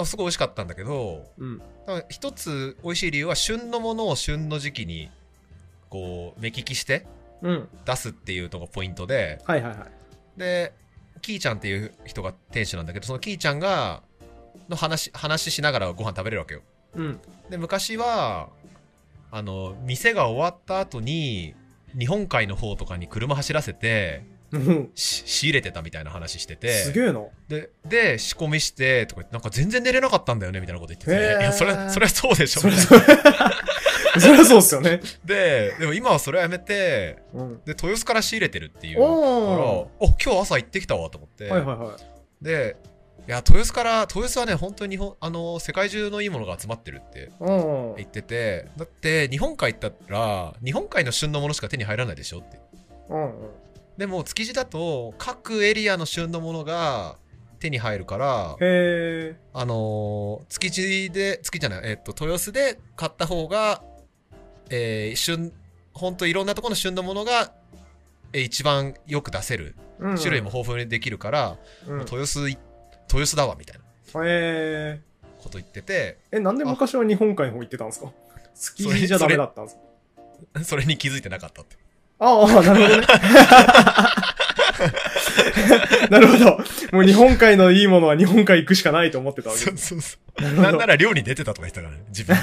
[SPEAKER 2] あすごい美味しかったんだけど
[SPEAKER 1] うん。
[SPEAKER 2] ただ一つ美味しい理由は旬のものを旬の時期にこう目利きして
[SPEAKER 1] うん。
[SPEAKER 2] 出すっていうのがポイントで
[SPEAKER 1] はいはいはい。
[SPEAKER 2] でキーちゃんっていう人が店主なんだけどそのキーちゃんがの話話しながらご飯食べれるわけよ
[SPEAKER 1] うん。
[SPEAKER 2] で昔はあの店が終わった後に日本海の方とかに車走らせて
[SPEAKER 1] うん。
[SPEAKER 2] し仕入れてたみたいな話してて
[SPEAKER 1] すげえな。
[SPEAKER 2] でで仕込みしてとか言ってなんか全然寝れなかったんだよねみたいなこと言ってて、
[SPEAKER 1] へー
[SPEAKER 2] いやそれそれはそうでしょ
[SPEAKER 1] それ、それ、 [laughs] それはそうっすよね。
[SPEAKER 2] ででも今はそれやめて
[SPEAKER 1] うん。
[SPEAKER 2] で豊洲から仕入れてるっていうから
[SPEAKER 1] お
[SPEAKER 2] お今日朝行ってきたわと思って、
[SPEAKER 1] ー。はいはいはい。
[SPEAKER 2] でいや豊洲から豊洲はね本当に日本あの世界中のいいものが集まってるって
[SPEAKER 1] うん。
[SPEAKER 2] 言っててだって日本海行ったら日本海の旬のものしか手に入らないでしょって
[SPEAKER 1] うんうん。
[SPEAKER 2] でも築地だと各エリアの旬のものが手に入るから
[SPEAKER 1] へえ。
[SPEAKER 2] あのー築地で築地じゃないえっと豊洲で買った方がえー旬ほんといろんなところの旬のものがえー一番よく出せる
[SPEAKER 1] うん
[SPEAKER 2] 種類も。豊富にできるから、
[SPEAKER 1] うん。へ
[SPEAKER 2] 豊洲い豊洲だわみたいな
[SPEAKER 1] え。
[SPEAKER 2] こと言ってて
[SPEAKER 1] え、なんで昔は日本海の方行ってたんですかスキーじゃダメだったんですか
[SPEAKER 2] [laughs] それに気づいてなかったって
[SPEAKER 1] ああ、なるほどね。 [laughs] な
[SPEAKER 2] [laughs]
[SPEAKER 1] るほど。もう日本海のいいものは日本海行くしかないと思ってたわけ
[SPEAKER 2] そ。うそうそ
[SPEAKER 1] なる
[SPEAKER 2] う。
[SPEAKER 1] ほ
[SPEAKER 2] なん
[SPEAKER 1] ど
[SPEAKER 2] な。ら漁に出てたとか言ってたからね。
[SPEAKER 1] [laughs]
[SPEAKER 2] 自分。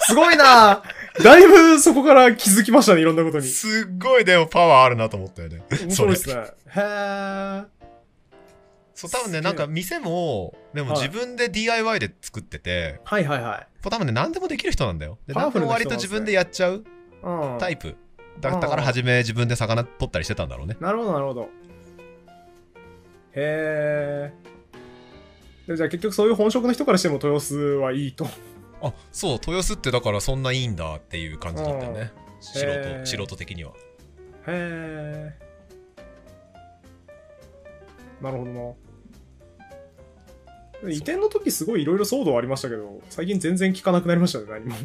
[SPEAKER 1] すごいなだいぶそこから気づきましたね、いろんなことに。
[SPEAKER 2] すっごいでもパワーあるなと思ったよね。
[SPEAKER 1] 面白いですね。へー。
[SPEAKER 2] そう、多分
[SPEAKER 1] すげ
[SPEAKER 2] ね、
[SPEAKER 1] え
[SPEAKER 2] なんか店も、でも
[SPEAKER 1] はい
[SPEAKER 2] 自分で DIY で作ってて、
[SPEAKER 1] はいはいはい。
[SPEAKER 2] こう多分ね、何でもできる人なんだよ。で、
[SPEAKER 1] パワ
[SPEAKER 2] 何
[SPEAKER 1] フ
[SPEAKER 2] で
[SPEAKER 1] ル
[SPEAKER 2] も
[SPEAKER 1] な人
[SPEAKER 2] 割と自分でやっちゃう
[SPEAKER 1] うん。
[SPEAKER 2] タイプ。だった
[SPEAKER 1] うん
[SPEAKER 2] から、初め自分で魚取ったりしてたんだろうね。
[SPEAKER 1] なるほどなるほど。へー。でじゃあ結局そういう本職の人からしても豊洲はいいと。
[SPEAKER 2] あ、そう、豊洲ってだからそんないいんだっていう感じだったよね。素
[SPEAKER 1] へー
[SPEAKER 2] 人、素人的には。
[SPEAKER 1] へー。なるほどな。移転の時すごいいろいろ騒動ありましたけど、最近全然聞かなくなりましたね、何も。 [laughs]
[SPEAKER 2] ね、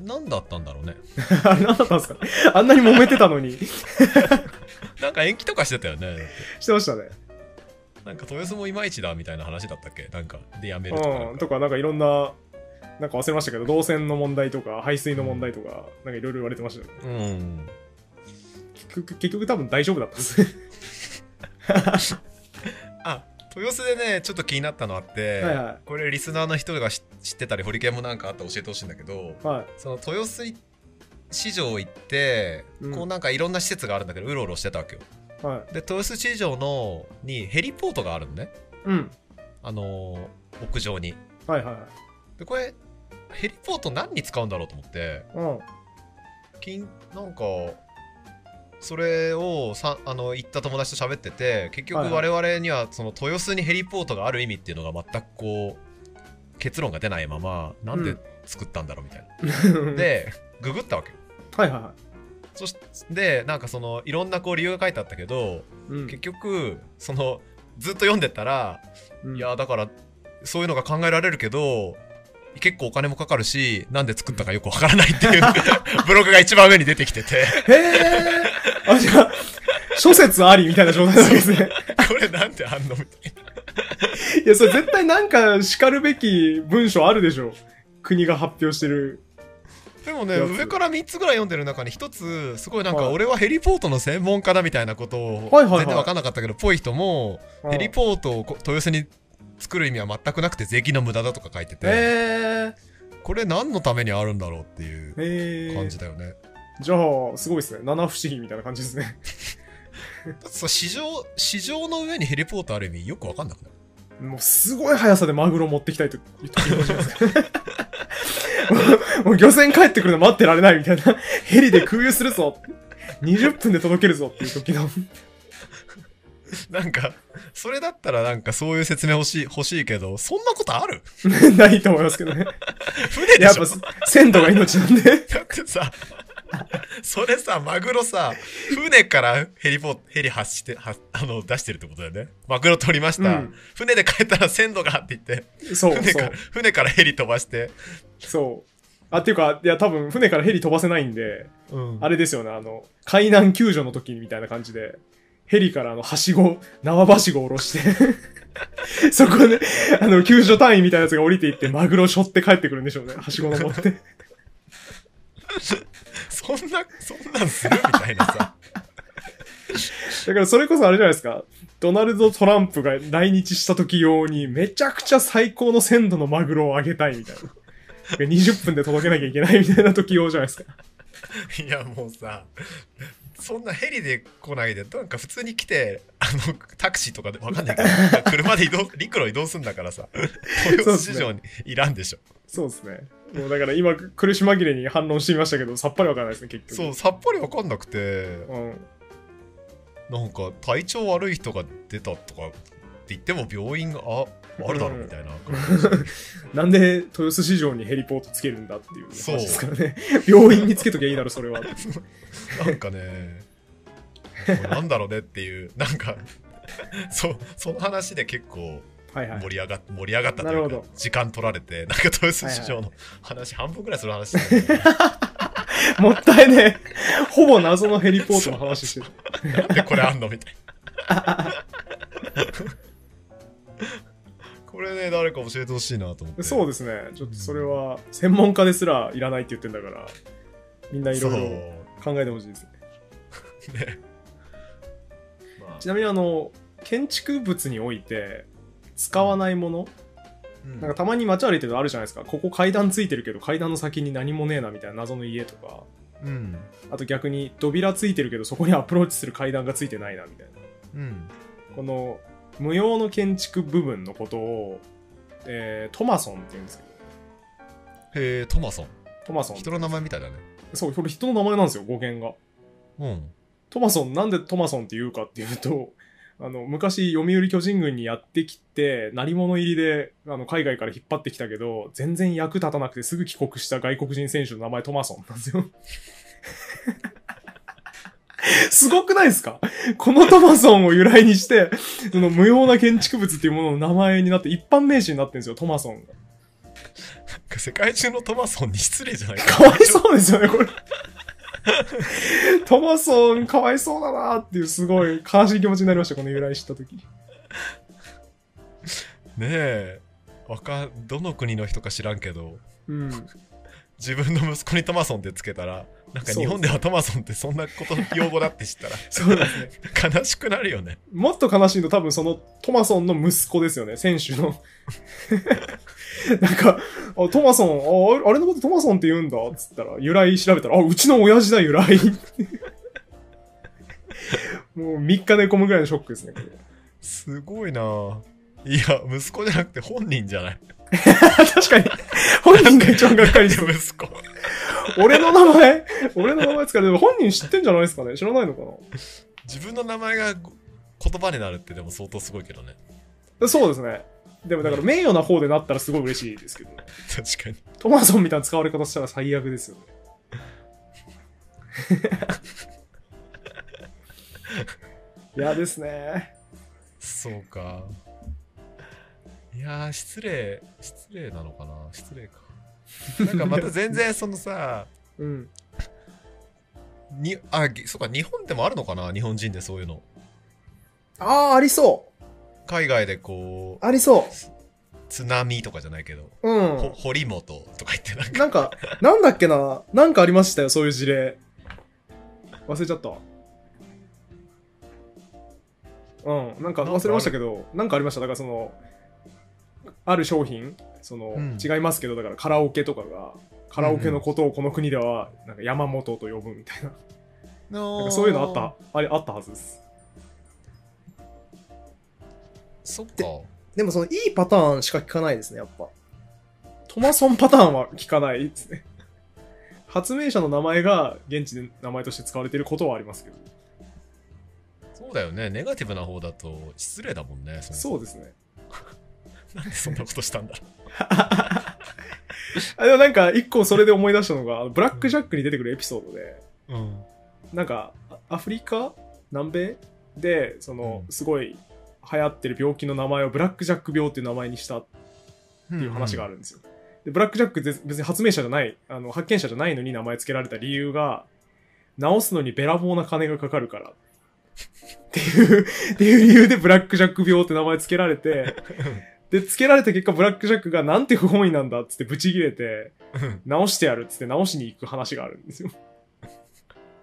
[SPEAKER 2] 何だったんだろうね。
[SPEAKER 1] あれ何だったんですかあんなに揉めてたのに。し
[SPEAKER 2] なんか延期とかしてたよね。
[SPEAKER 1] てましたね。
[SPEAKER 2] なんか豊洲もいまいちだみたいな話だったっけなんか、でやめるとかな
[SPEAKER 1] うんん、
[SPEAKER 2] か
[SPEAKER 1] とかなんかいろんな、なんか忘れましたけど、動線の問題とか、排水の問題とか、なんかいろいろ言われてましたよね。
[SPEAKER 2] うん。
[SPEAKER 1] 結局、結局多分大丈夫だったんですね。
[SPEAKER 2] [laughs] あ、豊洲でね、ちょっと気になったのあって、
[SPEAKER 1] はいは
[SPEAKER 2] これリスナーの人が知知ってたり、ホリケンもなんかあったら教えてほしいんだけど、
[SPEAKER 1] い。はい。
[SPEAKER 2] その豊洲市場行って、
[SPEAKER 1] うん
[SPEAKER 2] こうなんかいろんな施設があるんだけど、うろうろしてたわけよ。
[SPEAKER 1] はい。
[SPEAKER 2] で、豊洲市場の、にヘリポートがあるのね。
[SPEAKER 1] うん。
[SPEAKER 2] あのー屋上に。
[SPEAKER 1] はいはいはい。
[SPEAKER 2] で、これ、ヘリポート何に使うんだろうと思って、
[SPEAKER 1] うん。
[SPEAKER 2] 金なんかそれをさあの行った友達と喋ってて結
[SPEAKER 1] はい
[SPEAKER 2] 局
[SPEAKER 1] は
[SPEAKER 2] 我々にはその豊洲にヘリポートがある意味っていうのが全くこう結論が出ないままなん
[SPEAKER 1] う
[SPEAKER 2] で
[SPEAKER 1] ん
[SPEAKER 2] 作ったんだろうみたいな、
[SPEAKER 1] で、
[SPEAKER 2] でググったわけよ
[SPEAKER 1] [laughs] はいはいは
[SPEAKER 2] そしでなんかそのいろんなこう理由が書いてあったけど
[SPEAKER 1] い。うん
[SPEAKER 2] 結局そのずっと読んでったら、
[SPEAKER 1] うん
[SPEAKER 2] いやだからそういうのが考えられるけど結構お金もかかるしなんで作ったかよくわからないっていう [laughs] ブログが一番上に出てきてて
[SPEAKER 1] へえ。 [laughs] あ、じゃあ、諸説ありみたいな状態なわけです
[SPEAKER 2] [laughs]
[SPEAKER 1] ね。
[SPEAKER 2] これなんであんのみたい
[SPEAKER 1] いや、それ絶対なんか叱るべき文章あるでしょ。国が発表してる。
[SPEAKER 2] な。でもね、
[SPEAKER 1] やつ
[SPEAKER 2] 上から3つぐらい読んでる中に1つ、すごいなん
[SPEAKER 1] は
[SPEAKER 2] か
[SPEAKER 1] い
[SPEAKER 2] 俺はヘリポートの専門家だみたいなことを
[SPEAKER 1] はいはいはい
[SPEAKER 2] 全然分かんなかったけど、ぽい人も、ヘリポートをこ豊洲に作る意味は全くなくて税金の無駄だとか書いて
[SPEAKER 1] うんへ
[SPEAKER 2] て、
[SPEAKER 1] え。
[SPEAKER 2] これ何のためにあるんだろうっていう
[SPEAKER 1] へえ。
[SPEAKER 2] 感じだよね。
[SPEAKER 1] じゃあ、すごいですね。七不思議みたいな感じですね。
[SPEAKER 2] だってさ、市場、市場の上にヘリポートある意味よく分かんなくない
[SPEAKER 1] もうすごい速さでマグロ持ってきたいと言ってきました。もうもう漁船帰ってくるの待ってられないみたいな。ヘリで空輸するぞ。20分で届けるぞっていう時の。
[SPEAKER 2] なんか、それだったらなんかそういう説明欲しい、欲しいけど、そんなことある [laughs]
[SPEAKER 1] ないと思いますけどね。
[SPEAKER 2] 船で
[SPEAKER 1] やっ
[SPEAKER 2] しょ
[SPEAKER 1] ぱ鮮度が命なんで。
[SPEAKER 2] だってさ、それさ、マグロさ、船からヘリポヘリ発して、はあの出してるってことだよね。マグロ取りました。
[SPEAKER 1] うん
[SPEAKER 2] 船で帰ったら鮮度がって言って、
[SPEAKER 1] そう
[SPEAKER 2] 船
[SPEAKER 1] そ
[SPEAKER 2] か
[SPEAKER 1] う
[SPEAKER 2] ら。船からヘリ飛ばして、
[SPEAKER 1] そう。あ、っていうか、いや、多分船からヘリ飛ばせないんで、
[SPEAKER 2] うん
[SPEAKER 1] あれですよね、あの、海難救助の時みたいな感じで、ヘリからあの、はしご、縄ばしご下ろして、 [laughs] そこで、あの、救助隊員みたいなやつが降りていって、マグロ背負って帰ってくるんでしょうね、はしご登って。
[SPEAKER 2] そんな、そんなんするみたいなさ。 [laughs]
[SPEAKER 1] だからそれこそあれじゃないですか、ドナルド・トランプが来日した時用に、めちゃくちゃ最高の鮮度のマグロをあげたいみたいな。20分で届けなきゃいけないみたいな時用じゃないですか。
[SPEAKER 2] いや、もうさ、そんなヘリで来ないで、なんか普通に来て、あの、タクシーとかでわかんな
[SPEAKER 1] [laughs]
[SPEAKER 2] いけど、なんか車で移動、陸路移動すんだからさ、豊洲市場にいらんでしょ。
[SPEAKER 1] そうですね。もうだから今、苦し紛れに反論してみましたけど、さっぱりわからないですね、結
[SPEAKER 2] そ
[SPEAKER 1] 局。
[SPEAKER 2] う、さっぱりわかんなくて、
[SPEAKER 1] うん。
[SPEAKER 2] なんか体調悪い人が出たとかって言っても病院がああるだろうみたいな、
[SPEAKER 1] なんで豊洲市場にヘリポートつけるんだっていう話
[SPEAKER 2] そう
[SPEAKER 1] ですからね。病院につけときゃいいだろ、それは。
[SPEAKER 2] なんかねこれなんだろうねっていうなんかそうその話で結構
[SPEAKER 1] はいはい
[SPEAKER 2] 盛。り上がっ盛り上がったと
[SPEAKER 1] な
[SPEAKER 2] いう
[SPEAKER 1] る
[SPEAKER 2] か
[SPEAKER 1] ほど
[SPEAKER 2] 時間取られてなんか豊洲市場の話、半分ぐらいする話だった
[SPEAKER 1] もったいねえ。ほぼ謎のヘリポートの話してる。
[SPEAKER 2] けどなんでこれあんのみたい
[SPEAKER 1] [laughs]
[SPEAKER 2] なこれね誰か教えてほしいなと思って
[SPEAKER 1] そうですね。ちょっとそれは、専門家ですらいらないって言ってんだから、みんないろい
[SPEAKER 2] そ
[SPEAKER 1] ろ
[SPEAKER 2] う
[SPEAKER 1] 考えてほしいですね。
[SPEAKER 2] ね。
[SPEAKER 1] ちなみにあの建築物において使わないもの、
[SPEAKER 2] うん
[SPEAKER 1] なんかたまに街歩いてるのあるじゃないですかここ階段ついてるけど階段の先に何もねえなみたいな謎の家とか
[SPEAKER 2] うん。
[SPEAKER 1] あと逆に扉ついてるけどそこにアプローチする階段がついてないなみたいな
[SPEAKER 2] うん。
[SPEAKER 1] この無用の建築部分のことを、えートマソンって言うんですけど
[SPEAKER 2] へえ、トマソン。
[SPEAKER 1] トマソン
[SPEAKER 2] 人の名前みたいだね。
[SPEAKER 1] そうこれ人の名前なんですよ語源が
[SPEAKER 2] うん。
[SPEAKER 1] トマソン、なんでトマソンって言うかっていうと、 [laughs] あの、昔、読売巨人軍にやってきて、鳴り物入りで、あの、海外から引っ張ってきたけど、全然役立たなくてすぐ帰国した外国人選手の名前トマソンなんですよ。 [laughs] すごくないですかこのトマソンを由来にして、その無用な建築物っていうものの名前になって、一般名詞になってるんですよ、トマソンが。
[SPEAKER 2] 世界中のトマソンに失礼じゃ
[SPEAKER 1] [laughs]
[SPEAKER 2] ない
[SPEAKER 1] かわいそうですよね、これ。トマソン、かわいそうだなーっていう、すごい悲しい気持ちになりました、この由来知ったとき。
[SPEAKER 2] ねえ。わかん、どの国の人か知らんけど、
[SPEAKER 1] うん。
[SPEAKER 2] 自分の息子にトマソンってつけたら、なんか
[SPEAKER 1] そう
[SPEAKER 2] 日本ではトマソンってそんなこと用語だって知った
[SPEAKER 1] そうですね。
[SPEAKER 2] ら、悲しくなるよね。
[SPEAKER 1] もっと悲しいの、多分そのトマソンの息子ですよね、選手の。なんか、あトマソン、ああれのことトマソンって言うんだ、つったら、由来調べたら、あ、うちの親父だ、由来。もう3日で込むぐらいのショックですね、これ
[SPEAKER 2] すごいなぁいや、息子じゃなくて本人じ
[SPEAKER 1] [laughs]
[SPEAKER 2] ゃない。
[SPEAKER 1] [laughs] 確かに、本人が一番がっかりして
[SPEAKER 2] 息子。
[SPEAKER 1] 俺の名前 [laughs] 俺の名前使って、でも本人知ってんじゃないですかね知らないのか
[SPEAKER 2] 自分の名前がご言葉になるってでも相当すごいけどね。
[SPEAKER 1] なそうですね。でもだから名誉な方でなったらすごい嬉しいですけど、
[SPEAKER 2] 確かに。
[SPEAKER 1] トマソンみたいな使われ方したら最悪ですよね。嫌ですね。
[SPEAKER 2] そうか。いやー、失礼、失礼なのかな失礼か。なんかまた全然そのさ、 [laughs]
[SPEAKER 1] うん。
[SPEAKER 2] にあ、ぎそうか、日本でもあるのかな日本人でそういうの。
[SPEAKER 1] ああ、ありそ
[SPEAKER 2] 海外でこ、
[SPEAKER 1] う。ありそう
[SPEAKER 2] 津波とかじゃないけど、
[SPEAKER 1] う。う
[SPEAKER 2] ほ
[SPEAKER 1] ん。
[SPEAKER 2] 堀本とか言ってなんか、
[SPEAKER 1] なんか、なんだっけな。なんかありましたよ、そういう事例。忘れちゃった。うん、なんか忘れましたけど、なんかありました。だからその、ある商品、その、
[SPEAKER 2] うん
[SPEAKER 1] 違いますけど、だからカラオケとかが、カラオケのことをこの国では、なんか山本と呼ぶみたいな。 [laughs] なん
[SPEAKER 2] な
[SPEAKER 1] かそういうのあった、あれあったはずです。
[SPEAKER 2] そっか。
[SPEAKER 1] でもその、いいパターンしか聞かないですね、やっぱ。トマソンパターンは聞かないですね。発明者の名前が現地で名前として使われていることはありますけど。
[SPEAKER 2] そうだよね。ネガティブな方だと失礼だもんね。そもそも
[SPEAKER 1] そうですね。
[SPEAKER 2] なんでそんなことしたんだろ
[SPEAKER 1] あでもなんか、一個それで思い出したのが、あのブラックジャックに出てくるエピソードで、[laughs]
[SPEAKER 2] う。うん。
[SPEAKER 1] なんか、あアフリカ南米で、その
[SPEAKER 2] う、ん
[SPEAKER 1] すごい流行ってる病気の名前をブラックジャック病っていう名前にしたっ
[SPEAKER 2] って
[SPEAKER 1] いう話があ
[SPEAKER 2] る。
[SPEAKER 1] るんですよ。で、ブラックジャックって別に発明者じゃない、あの、発見者じゃないのに名前付けられた理由が、治すのにべらぼうな金がかかるから。っていう、っていう理由でブラックジャック病って名前付けられて、で、付けられた結果、ブラックジャックがなんて不本意なんだっつってブチ切れて、
[SPEAKER 2] うん
[SPEAKER 1] 直してやるっつって直しに行く話があるんですよ。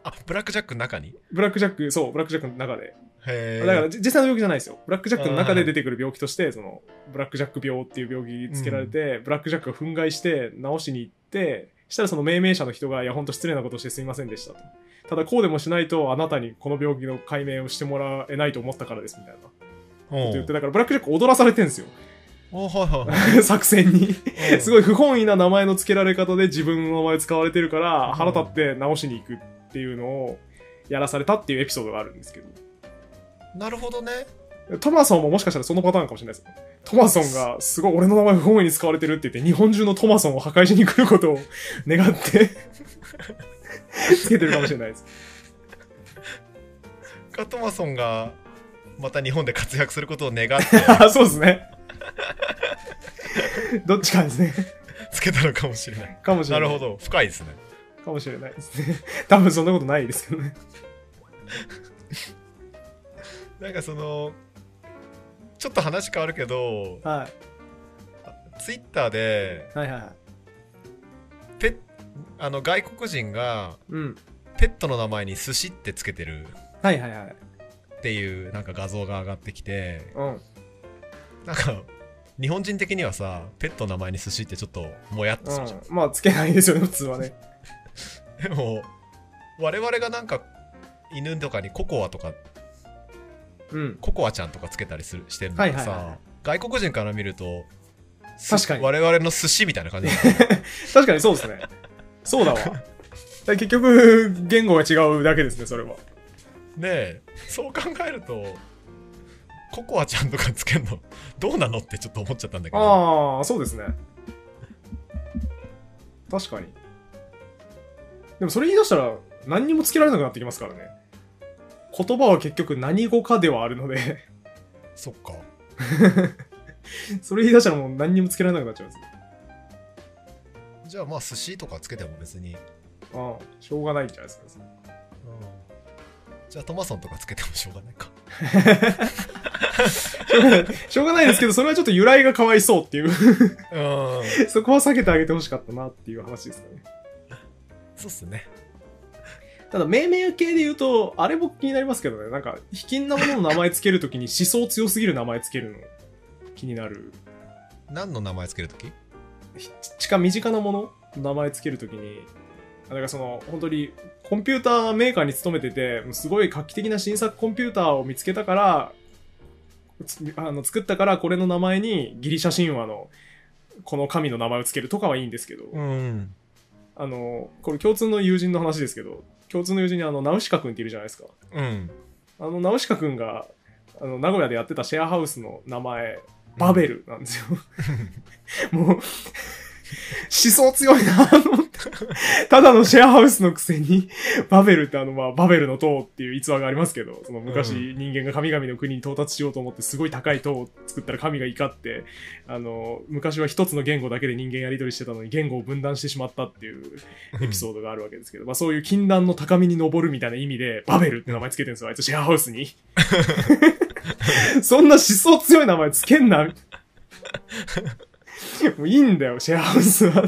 [SPEAKER 2] あ、ブラックジャックの中に
[SPEAKER 1] ブラックジャック、そう、ブラックジャックの中で。
[SPEAKER 2] へ
[SPEAKER 1] だ
[SPEAKER 2] え。
[SPEAKER 1] からじ実際の病気じゃないですよ。ブラックジャックの中で出てくる病気として、その、ブラックジャック病っていう病気つけられて、ブラックジャックが憤慨して治しに行って、したらその命名者の人が、いや、ほんと失礼なことしてすみませんでしたと。ただこうでもしないと、あなたにこの病気の解明をしてもらえないと思ったからです、みたいな。って
[SPEAKER 2] うん、
[SPEAKER 1] 言って、だからブラックジャック踊らされてんで
[SPEAKER 2] [laughs]
[SPEAKER 1] すよ。
[SPEAKER 2] おはいはいは
[SPEAKER 1] 作戦に。
[SPEAKER 2] い。
[SPEAKER 1] [laughs] す
[SPEAKER 2] い。
[SPEAKER 1] ごい不本意な名前の付けられ方で自分の名前使われてるから、腹立って直しに行くっていうのをやらされたっていうエピソードがあるんですけど。
[SPEAKER 2] なるほどね。
[SPEAKER 1] トマソンももしかしたらそのパターンかもしれないです。トマソンがすごい俺の名前不本意に使われてるって言って日本中のトマソンを破壊しに来ることを願って
[SPEAKER 2] [laughs]
[SPEAKER 1] つけてるかもしれないです。
[SPEAKER 2] カトマソンがまた日本で活躍することを願って
[SPEAKER 1] あそうですね。どっちかですね。
[SPEAKER 2] つけたのかもしれ [laughs] ない。
[SPEAKER 1] かもしれ
[SPEAKER 2] な
[SPEAKER 1] な
[SPEAKER 2] る
[SPEAKER 1] い。
[SPEAKER 2] ほど。深いですね。
[SPEAKER 1] かもしれないですね。多分そんなことないですけどね。
[SPEAKER 2] なんかその、ちょっと話変わるけど、
[SPEAKER 1] は
[SPEAKER 2] ツイッターで、
[SPEAKER 1] い。はいはいはい。
[SPEAKER 2] ペあの外国人が
[SPEAKER 1] うん。
[SPEAKER 2] ペットの名前に寿司ってつけてる
[SPEAKER 1] はいはいはい。
[SPEAKER 2] っていうなんか画像が上がってきて、
[SPEAKER 1] うん。
[SPEAKER 2] なんか、日本人的にはさ、ペットの名前に寿司ってちょっともやっとするじゃん。
[SPEAKER 1] うん。まあ、つけないですよね、普通はね。
[SPEAKER 2] でも、我々がなんか、犬とかにココアとか、
[SPEAKER 1] うん。
[SPEAKER 2] ココアちゃんとかつけたりするしてるのがさ、
[SPEAKER 1] はいはいはい
[SPEAKER 2] 外国人から見ると、す
[SPEAKER 1] 確かに
[SPEAKER 2] 我々の寿司みたいな
[SPEAKER 1] [laughs]
[SPEAKER 2] 感じだ
[SPEAKER 1] 確かにそうですね。そう
[SPEAKER 2] [laughs]
[SPEAKER 1] だわ。だから結局、言語が違うだけですね、それは。
[SPEAKER 2] ねえ、そう考えると、ココアちゃんとかつけるの、どうなのってちょっと思っちゃったんだけど、
[SPEAKER 1] ああ、そうですね。確かに。でもそれ言い出したら何にもつけられなくなってきますからね。言葉は結局何語かではあるので、 [laughs]
[SPEAKER 2] そっか。
[SPEAKER 1] それ言い出したらもう何にもつけられなくなっちゃうんですね。
[SPEAKER 2] じゃあまあ寿司とかつけても別に、
[SPEAKER 1] ああ、しょうがないんじゃないですか。
[SPEAKER 2] じゃあトマソンとかつけてもしょうがないか。
[SPEAKER 1] しょうがないですけど、それはちょっと由来がかわいそう [laughs] っていう、
[SPEAKER 2] うん。
[SPEAKER 1] そこは避けてあげてほしかったなっていう話ですかね。
[SPEAKER 2] そうっすね。
[SPEAKER 1] ただ命名系で言うとあれ僕気になりますけどねなんか卑近なものの名前つけるときに思想強すぎる名前つけるの気になる
[SPEAKER 2] 何の名前つけるとき
[SPEAKER 1] ひ近身近なものの名前つけるときにあだからその本当にコンピューターメーカーに勤めててもうすごい画期的な新作コンピューターを見つけたからつあの作ったからこれの名前にギリシャ神話のこの神の名前をつけるとかはいいんですけど、
[SPEAKER 2] ん。
[SPEAKER 1] あのこれ共通の友人の話ですけど共通の友人にあのナウシカ君っているじゃないですか
[SPEAKER 2] うん。
[SPEAKER 1] あの、ナウシカ君が、あの、名古屋でやってたシェアハウスの名前、バベルなんですよ。 [laughs] もう、思想強いなと思った。ただのシェアハウスのくせに、バベルってあの、まあ、バベルの塔っていう逸話がありますけど、その昔、
[SPEAKER 2] う
[SPEAKER 1] 人間が神々の国に到達しようと思って、すごい高い塔を作ったら神が怒って、あの、昔は一つの言語だけで人間やり取りしてたのに、言語を分断してしまったっていうエピソードがあるわけですけど、まあそういう禁断の高みに登るみたいな意味で、バベルって名前つけてるんですよ、あいつシェアハウスに。そんな思想強い名前つけんな。もういいんだよ、シェアハウスは。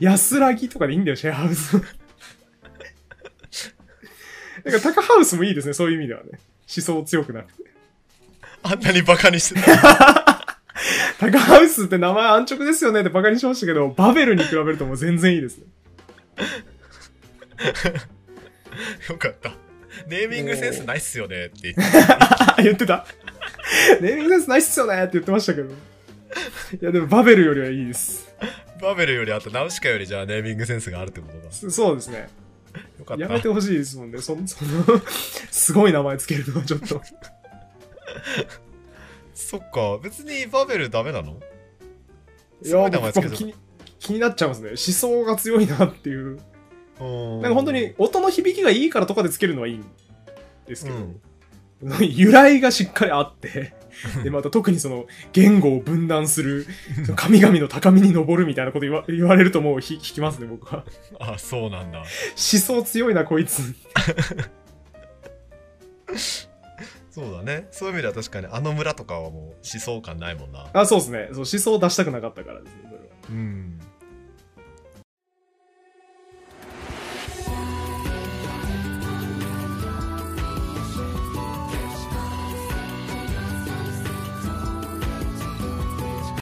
[SPEAKER 1] 安らぎとかでいいんだよ、シェアハウスは。だから、タカハウスもいいですね、そういう意味ではね。思想強くなくて。
[SPEAKER 2] あんなにバカにしてた。
[SPEAKER 1] タカハウスって名前安直ですよねってバカにしましたけど、バベルに比べるともう全然いいですね。
[SPEAKER 2] よかった。ネーミングセンスないっすよねって言って。
[SPEAKER 1] 言ってた。ネーミングセンスないっすよねって言ってましたけど。いや、でもバベルよりはいいです。
[SPEAKER 2] バベルよりあとナウシカよりじゃあネーミングセンスがあるってことだ。
[SPEAKER 1] そそうですね。
[SPEAKER 2] よかっ
[SPEAKER 1] やめて
[SPEAKER 2] た。
[SPEAKER 1] ほしいですもんね。そその、すごい名前つけるのはちょっと。
[SPEAKER 2] そっか。別にバベルダメなの
[SPEAKER 1] い
[SPEAKER 2] [laughs] すご
[SPEAKER 1] や、
[SPEAKER 2] い名前つけ
[SPEAKER 1] 僕
[SPEAKER 2] てた
[SPEAKER 1] 気に気になっちゃいますね。思想が強いなっていう。
[SPEAKER 2] うん
[SPEAKER 1] なんか本当に音の響きがいいからとかでつけるのはいいんです
[SPEAKER 2] う
[SPEAKER 1] けど、
[SPEAKER 2] ん。
[SPEAKER 1] 由来がしっかりあ
[SPEAKER 2] [laughs]
[SPEAKER 1] って、で、また特にその言語を分断する、その神々の高みに登るみたいなこと言わ言われるともうひ引きますね、僕は。
[SPEAKER 2] あ、そうなんだ。
[SPEAKER 1] 思想強いな、こいつ。
[SPEAKER 2] そうだね。そういう意味では確かにあの村とかはもう思想感ないもんな。
[SPEAKER 1] あ、そうですね。そう思想を出したくなかったからですね。それは
[SPEAKER 2] うん。